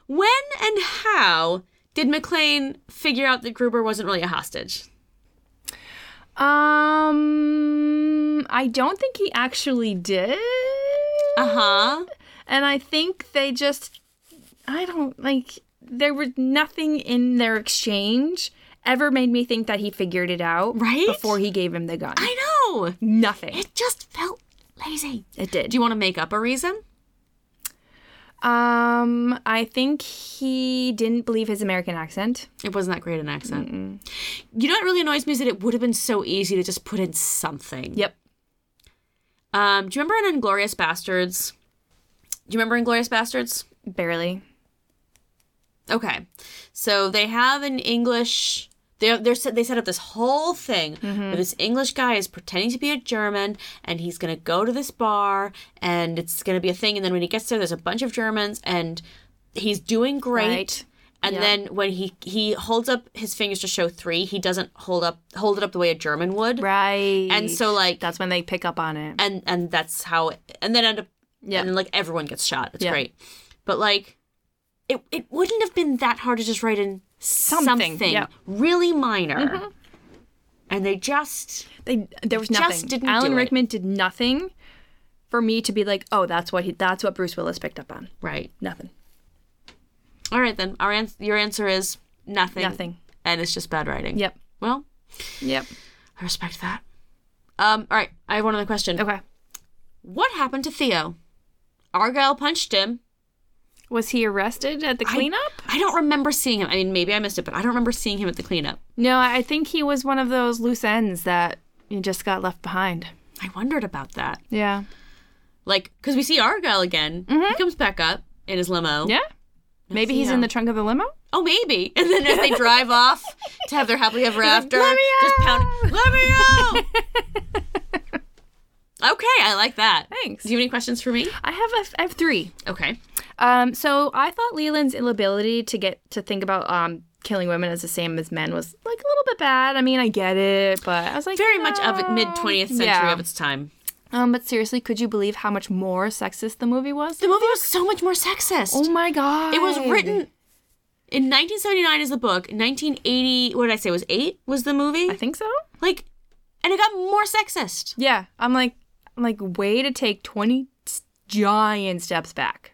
Speaker 2: when and how did McLean figure out that Gruber wasn't really a hostage?
Speaker 1: Um, I don't think he actually did,
Speaker 2: Uh huh.
Speaker 1: and I think they just, I don't like. There was nothing in their exchange ever made me think that he figured it out
Speaker 2: Right?
Speaker 1: before he gave him the gun.
Speaker 2: I know.
Speaker 1: nothing. It,
Speaker 2: It just felt lazy.
Speaker 1: did.
Speaker 2: Do you want to make up a reason?
Speaker 1: um, I think he didn't believe his American accent.
Speaker 2: It wasn't that great an accent. You know what really annoys me is that it would have been so easy to just put in something.
Speaker 1: Yep.
Speaker 2: Um, do you remember in Inglorious Bastards? Do you remember Inglorious Bastards?
Speaker 1: Barely.
Speaker 2: Okay, so they have an English. They they're, set- they set up this whole thing
Speaker 1: Mm-hmm.
Speaker 2: where this English guy is pretending to be a German, and he's gonna go to this bar, and it's gonna be a thing. And then when he gets there, there's a bunch of Germans, and he's doing great.
Speaker 1: Right.
Speaker 2: And
Speaker 1: Yeah.
Speaker 2: then when he he holds up his fingers to show three, he doesn't hold up hold it up the way a German would.
Speaker 1: Right.
Speaker 2: And so like
Speaker 1: that's when they pick up on it.
Speaker 2: and and that's how and then end up
Speaker 1: Yeah.
Speaker 2: and then like everyone gets shot. It's
Speaker 1: Yeah.
Speaker 2: great, but like it it wouldn't have been that hard to just write in something,
Speaker 1: Something, yeah. Mm-hmm.
Speaker 2: really minor, and they just
Speaker 1: They there was nothing.
Speaker 2: didn't
Speaker 1: Alan
Speaker 2: do it.
Speaker 1: Rickman did nothing for me to be like, oh, that's what he that's what Bruce Willis picked up on.
Speaker 2: right.
Speaker 1: Nothing.
Speaker 2: All right then, our ans- your answer is nothing.
Speaker 1: Nothing.
Speaker 2: and it's just bad writing.
Speaker 1: Yep.
Speaker 2: Well,
Speaker 1: Yep.
Speaker 2: I respect that. Um, all right, I have one other question.
Speaker 1: Okay.
Speaker 2: What happened to Theo? Argyle punched him.
Speaker 1: Was he arrested at the cleanup?
Speaker 2: I don't remember seeing him. I mean, maybe I missed it, but I don't remember seeing him at the cleanup.
Speaker 1: No, I think he was one of those loose ends that you just got left behind.
Speaker 2: I wondered about that.
Speaker 1: Yeah.
Speaker 2: Like, because we see Argyle again. He comes back up in his limo.
Speaker 1: Mm-hmm. Yeah. Maybe he's in the trunk of the limo.
Speaker 2: Oh, maybe. And then as they drive off to have their happily ever after,
Speaker 1: "Let me
Speaker 2: just
Speaker 1: out!"
Speaker 2: pounding, let me out. okay, I like that.
Speaker 1: Thanks.
Speaker 2: Do you have any questions for me?
Speaker 1: I have a, I have three.
Speaker 2: Okay.
Speaker 1: Um, so I thought Leland's inability to get to think about um killing women as the same as men was like a little bit bad. I mean, I get it, but I was like
Speaker 2: Very much of it, mid
Speaker 1: no.
Speaker 2: 20th century
Speaker 1: Uh, Yeah.
Speaker 2: of its time.
Speaker 1: Um, but seriously, could you believe how much more sexist the movie was?
Speaker 2: The movie was so much more sexist.
Speaker 1: Oh my god!
Speaker 2: It was written in 1979 is the book. 1980, what did I say? Was eight was the movie?
Speaker 1: I think so.
Speaker 2: Like, and it got more sexist.
Speaker 1: Yeah, I'm like, I'm like, way to take twenty s- giant steps back.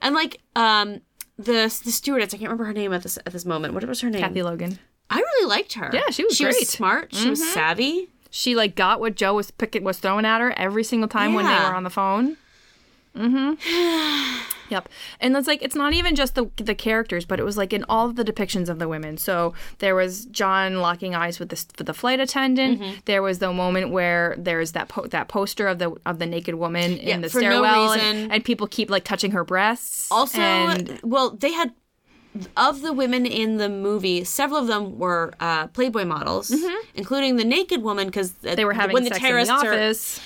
Speaker 2: And like, um, the the stewardess, I can't remember her name at this at this moment. What was her name?
Speaker 1: Kathy Logan.
Speaker 2: I really liked her.
Speaker 1: Yeah, she was
Speaker 2: she
Speaker 1: great. Mm-hmm.
Speaker 2: was smart. She was savvy.
Speaker 1: She like got what Joe was picking was throwing at her every single time when they
Speaker 2: Yeah.
Speaker 1: were on the phone. Mm-hmm. yep. And it's like it's not even just the the characters, but it was like in all of the depictions of the women. So there was John locking eyes with the with the flight attendant.
Speaker 2: Mm-hmm.
Speaker 1: There was the moment where there's that po- that poster of the of the naked woman in the
Speaker 2: for no
Speaker 1: stairwell, and-
Speaker 2: reason.
Speaker 1: and, people keep like touching her breasts.
Speaker 2: Also,
Speaker 1: and
Speaker 2: well, they had of the women in the movie, several of them were uh, Playboy models, including the naked woman because
Speaker 1: Mm-hmm. they were having
Speaker 2: when
Speaker 1: sex
Speaker 2: the terrorists
Speaker 1: in the
Speaker 2: are-
Speaker 1: office.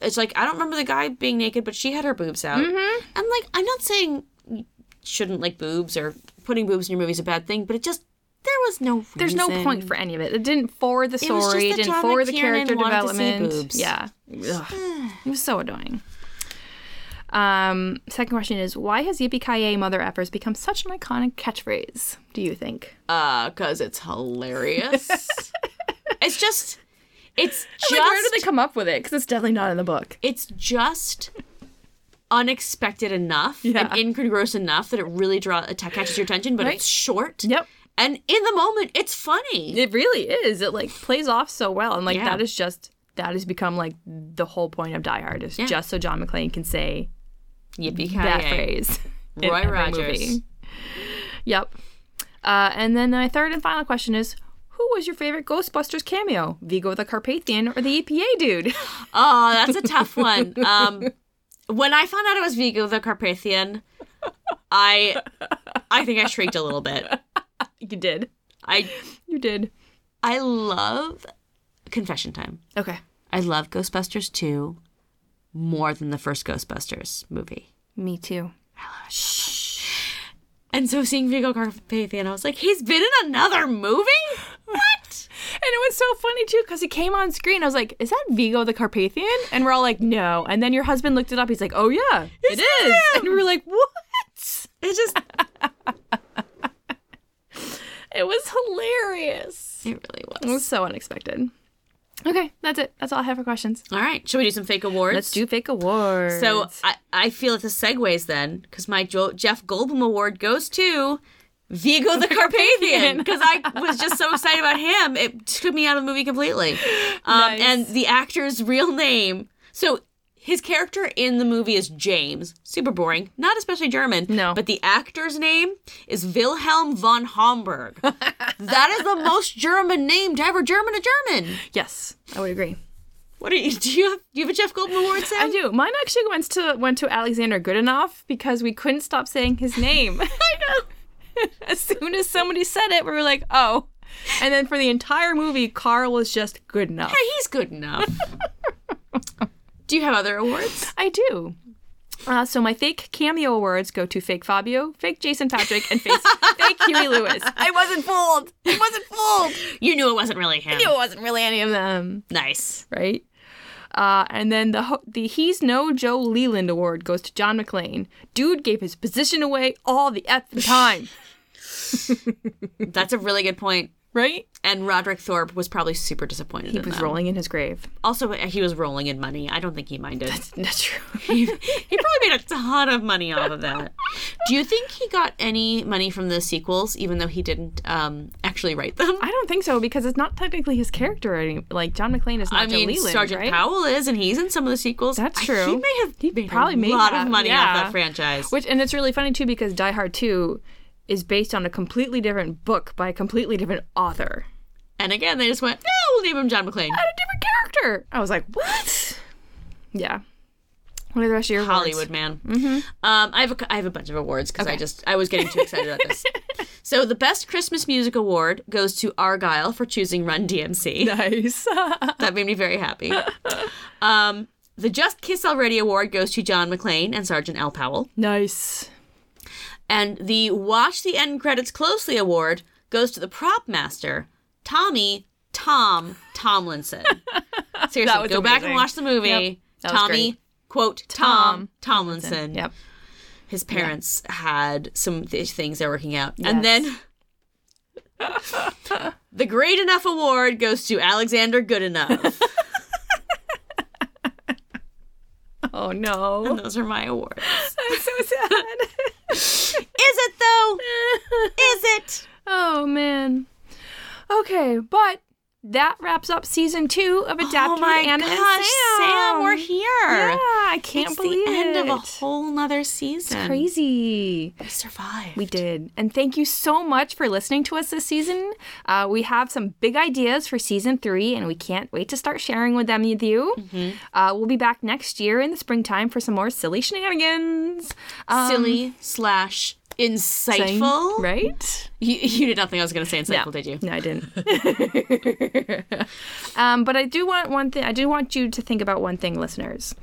Speaker 2: it's like I don't remember the guy being naked, but she had her boobs out.
Speaker 1: Mm-hmm.
Speaker 2: And like I'm not saying you shouldn't like boobs or putting boobs in your movie is a bad thing, but it just there was no reason.
Speaker 1: There's no point for any of it. It didn't forward the
Speaker 2: It was just
Speaker 1: story. It,
Speaker 2: that
Speaker 1: didn't
Speaker 2: John
Speaker 1: forward the
Speaker 2: McTiernan
Speaker 1: character
Speaker 2: wanted to see
Speaker 1: development.
Speaker 2: boobs.
Speaker 1: Yeah, Ugh. it was so annoying. Um, second question is why has Yippee Ki Yay Mother Effers become such an iconic catchphrase? Do you think?
Speaker 2: uh cuz it's hilarious. it's just it's just
Speaker 1: Like, where did they come up with it? Because it's definitely not in the book.
Speaker 2: it's just unexpected enough
Speaker 1: Yeah.
Speaker 2: and incongruous enough that it really draw it catches your attention, but
Speaker 1: Right.
Speaker 2: it's short.
Speaker 1: Yep.
Speaker 2: And in the moment, it's funny.
Speaker 1: It really is. It like plays off so well, and like
Speaker 2: Yeah.
Speaker 1: that is just that has become like the whole point of Die Hard is
Speaker 2: Yeah.
Speaker 1: just so John McClane can say
Speaker 2: Yippee ki
Speaker 1: that phrase. in
Speaker 2: Roy
Speaker 1: every
Speaker 2: Rogers.
Speaker 1: movie. Yep. Uh, and then my third and final question is who was your favorite Ghostbusters cameo? Vigo the Carpathian or the EPA dude?
Speaker 2: Oh, that's a tough one. Um, when I found out it was Vigo the Carpathian, I I think I shrieked a little bit.
Speaker 1: you did.
Speaker 2: I
Speaker 1: You did.
Speaker 2: I love confession time.
Speaker 1: Okay.
Speaker 2: I love Ghostbusters 2 more than the first Ghostbusters movie.
Speaker 1: Me too.
Speaker 2: And so seeing Vigo Carpathian, I was like, he's been in another movie? What?
Speaker 1: And it was so funny too because he came on screen. I was like, is that Vigo the Carpathian? And we're all like, no. And then your husband looked it up. He's like, oh yeah, it is. And we were like, what?
Speaker 2: It just
Speaker 1: It was hilarious.
Speaker 2: it really was.
Speaker 1: It was so unexpected. Okay, that's it. That's all I have for questions.
Speaker 2: All right, should we do some fake awards?
Speaker 1: Let's do fake awards.
Speaker 2: So I, I feel that the segues then, because my jo- Jeff Goldblum award goes to Vigo the Carpathian, because I was just so excited about him. It took me out of the movie completely. Um,
Speaker 1: Nice.
Speaker 2: And the actor's real name. So his character in the movie is James. Super boring. Not especially German.
Speaker 1: No.
Speaker 2: But the actor's name is Wilhelm von Homburg. that is the most German name to ever German a German.
Speaker 1: Yes, I would agree.
Speaker 2: What are you? Do you have? Do you have a Jeff Goldblum award? Sam?
Speaker 1: I do. Mine actually went to went to Alexander Goodenough because we couldn't stop saying his name. I know. as soon as somebody said it, we were like, oh. And then for the entire movie, Carl was just good enough.
Speaker 2: Hey, he's good enough. Do you have other awards?
Speaker 1: I do. Uh, so my fake cameo awards go to fake Fabio, fake Jason Patrick, and fake, fake Huey Lewis. I wasn't fooled. I wasn't fooled.
Speaker 2: You knew it wasn't really him.
Speaker 1: It wasn't really any of them.
Speaker 2: Nice.
Speaker 1: right? Uh, and then the ho- the he's no Joe Leland award goes to John McClane. Dude gave his position away all the f time,
Speaker 2: That's a really good point.
Speaker 1: right?
Speaker 2: And Roderick Thorpe was probably super disappointed.
Speaker 1: He was rolling in his grave.
Speaker 2: Also, he was rolling in money. I don't think he minded.
Speaker 1: That's true.
Speaker 2: he probably made a ton of money off of that. Do you think he got any money from the sequels, even though he didn't um, actually write them.
Speaker 1: I don't think so because it's not technically his character. Any, like John McClane is not
Speaker 2: I mean,
Speaker 1: Leland,
Speaker 2: Sergeant
Speaker 1: right?
Speaker 2: Powell is, and he's in some of the sequels.
Speaker 1: That's
Speaker 2: I- He
Speaker 1: true.
Speaker 2: may have
Speaker 1: He
Speaker 2: made
Speaker 1: probably
Speaker 2: a
Speaker 1: made
Speaker 2: lot
Speaker 1: that,
Speaker 2: of money off
Speaker 1: yeah.
Speaker 2: that franchise.
Speaker 1: Which and it's really funny too because Die Hard 2 is based on a completely different book by a completely different author.
Speaker 2: and again, they just went, no, we'll name him John McClane.
Speaker 1: And a different character. I was like, "What?" Yeah. What are the rest of your awards? Mm-hmm.
Speaker 2: Hollywood man. Um, I have a, cou- I have a bunch of awards because I just I was getting too excited about this. So the best Christmas music award goes to Argyle for choosing Run DMC.
Speaker 1: Nice.
Speaker 2: That made me very happy. Um, the Just Kiss Already award goes to John McClane and Sergeant Al Powell,
Speaker 1: nice.
Speaker 2: and the Watch the End Credits Closely award goes to the prop master Tommy Tom Tomlinson. Seriously,
Speaker 1: That was
Speaker 2: go back
Speaker 1: amazing.
Speaker 2: and watch the movie.
Speaker 1: Yep. That was
Speaker 2: Tommy
Speaker 1: great.
Speaker 2: quote Tom, Tomlinson
Speaker 1: Yep.
Speaker 2: his parents had some th- things they're working out.
Speaker 1: Yes.
Speaker 2: And then the Great Enough Award goes to Alexander Goodenough.
Speaker 1: Oh no.
Speaker 2: Those are my awards.
Speaker 1: That's so sad.
Speaker 2: Is it though? Is it?
Speaker 1: Oh man. Okay, but that wraps up season two of Adapted
Speaker 2: oh my
Speaker 1: Anna
Speaker 2: gosh,
Speaker 1: and Sam.
Speaker 2: Sam, we're here.
Speaker 1: Yeah, I can't
Speaker 2: It's the
Speaker 1: believe
Speaker 2: end
Speaker 1: it.
Speaker 2: of a whole nother season.
Speaker 1: Crazy.
Speaker 2: We survived.
Speaker 1: We did. And thank you so much for listening to us this season. Uh, we have some big ideas for season three, and we can't wait to start sharing with them with you.
Speaker 2: Mm-hmm.
Speaker 1: Uh, we'll be back next year in the springtime for some more silly shenanigans. Um,
Speaker 2: Silly slash
Speaker 1: saying-
Speaker 2: insightful.
Speaker 1: Right?
Speaker 2: You, you did not think I was going to say insightful,
Speaker 1: No.
Speaker 2: did you?
Speaker 1: No, I didn't. um, but I do want one thing. I do want you to think about one thing, listeners.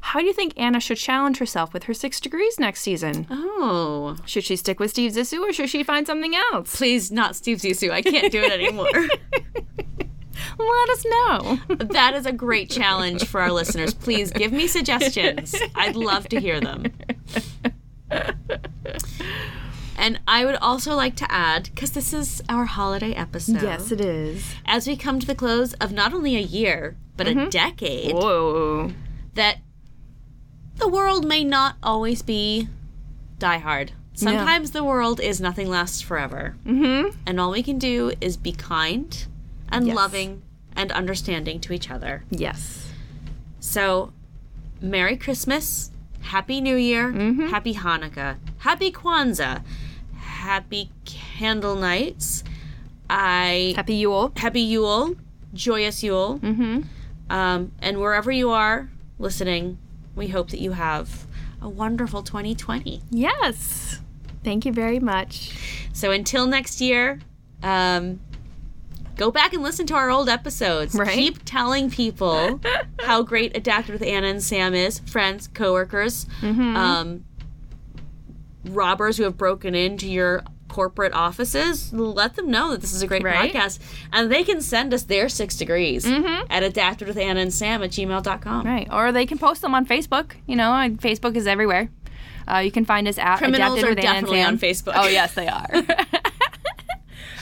Speaker 1: How do you think Anna should challenge herself with her six degrees next season?
Speaker 2: Oh.
Speaker 1: Should she stick with Steve Zissou, or should she find something else?
Speaker 2: Please, not Steve Zissou. I can't do it anymore.
Speaker 1: Let us know.
Speaker 2: That is a great challenge for our listeners. Please give me suggestions. I'd love to hear them. And I would also like to add, because this is our holiday episode,
Speaker 1: yes, it is.
Speaker 2: as we come to the close of not only a year, but a decade,
Speaker 1: Mm-hmm. Whoa.
Speaker 2: that the world may not always be die hard. Sometimes the world is nothing lasts forever.
Speaker 1: Mm-hmm.
Speaker 2: And all we can do is be kind and
Speaker 1: Yes.
Speaker 2: loving and understanding to each other.
Speaker 1: Yes.
Speaker 2: So, Merry Christmas, Happy New Year,
Speaker 1: Mm-hmm.
Speaker 2: Happy Hanukkah, Happy Kwanzaa, Happy Candle Nights, I
Speaker 1: Happy Yule.
Speaker 2: Happy Yule, Joyous Yule,
Speaker 1: Mm-hmm.
Speaker 2: um, and wherever you are listening, we hope that you have a wonderful 2020.
Speaker 1: Yes. Thank you very much.
Speaker 2: So until next year, um, go back and listen to our old episodes.
Speaker 1: Right.
Speaker 2: Keep telling people how great Adapted with Anna and Sam is. Friends, coworkers,
Speaker 1: Mm-hmm.
Speaker 2: um, robbers who have broken into your corporate offices. Let them know that this is a great
Speaker 1: Right.
Speaker 2: podcast. And they can send us their six degrees
Speaker 1: Mhm.
Speaker 2: at adapted with Anna and Sam at gmail.com.
Speaker 1: Right. Or they can post them on Facebook. You know, and Facebook is everywhere. Uh, you can find us at
Speaker 2: Criminals
Speaker 1: Adapted
Speaker 2: are
Speaker 1: with Ann and
Speaker 2: definitely
Speaker 1: Sam.
Speaker 2: on Facebook.
Speaker 1: Oh yes, they are.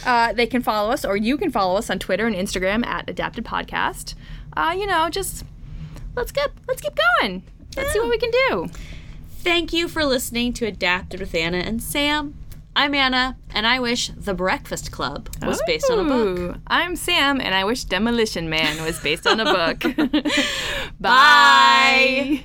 Speaker 1: uh, they can follow us, or you can follow us on Twitter and Instagram at Adapted Podcast. Uh, you know, just let's get let's keep going. Let's see what we can do.
Speaker 2: Thank you for listening to Adapted with Anna and Sam. I'm Anna, and I wish The Breakfast Club was based on a book.
Speaker 1: Ooh. I'm Sam, and I wish Demolition Man was based on a book. Bye.
Speaker 2: Bye.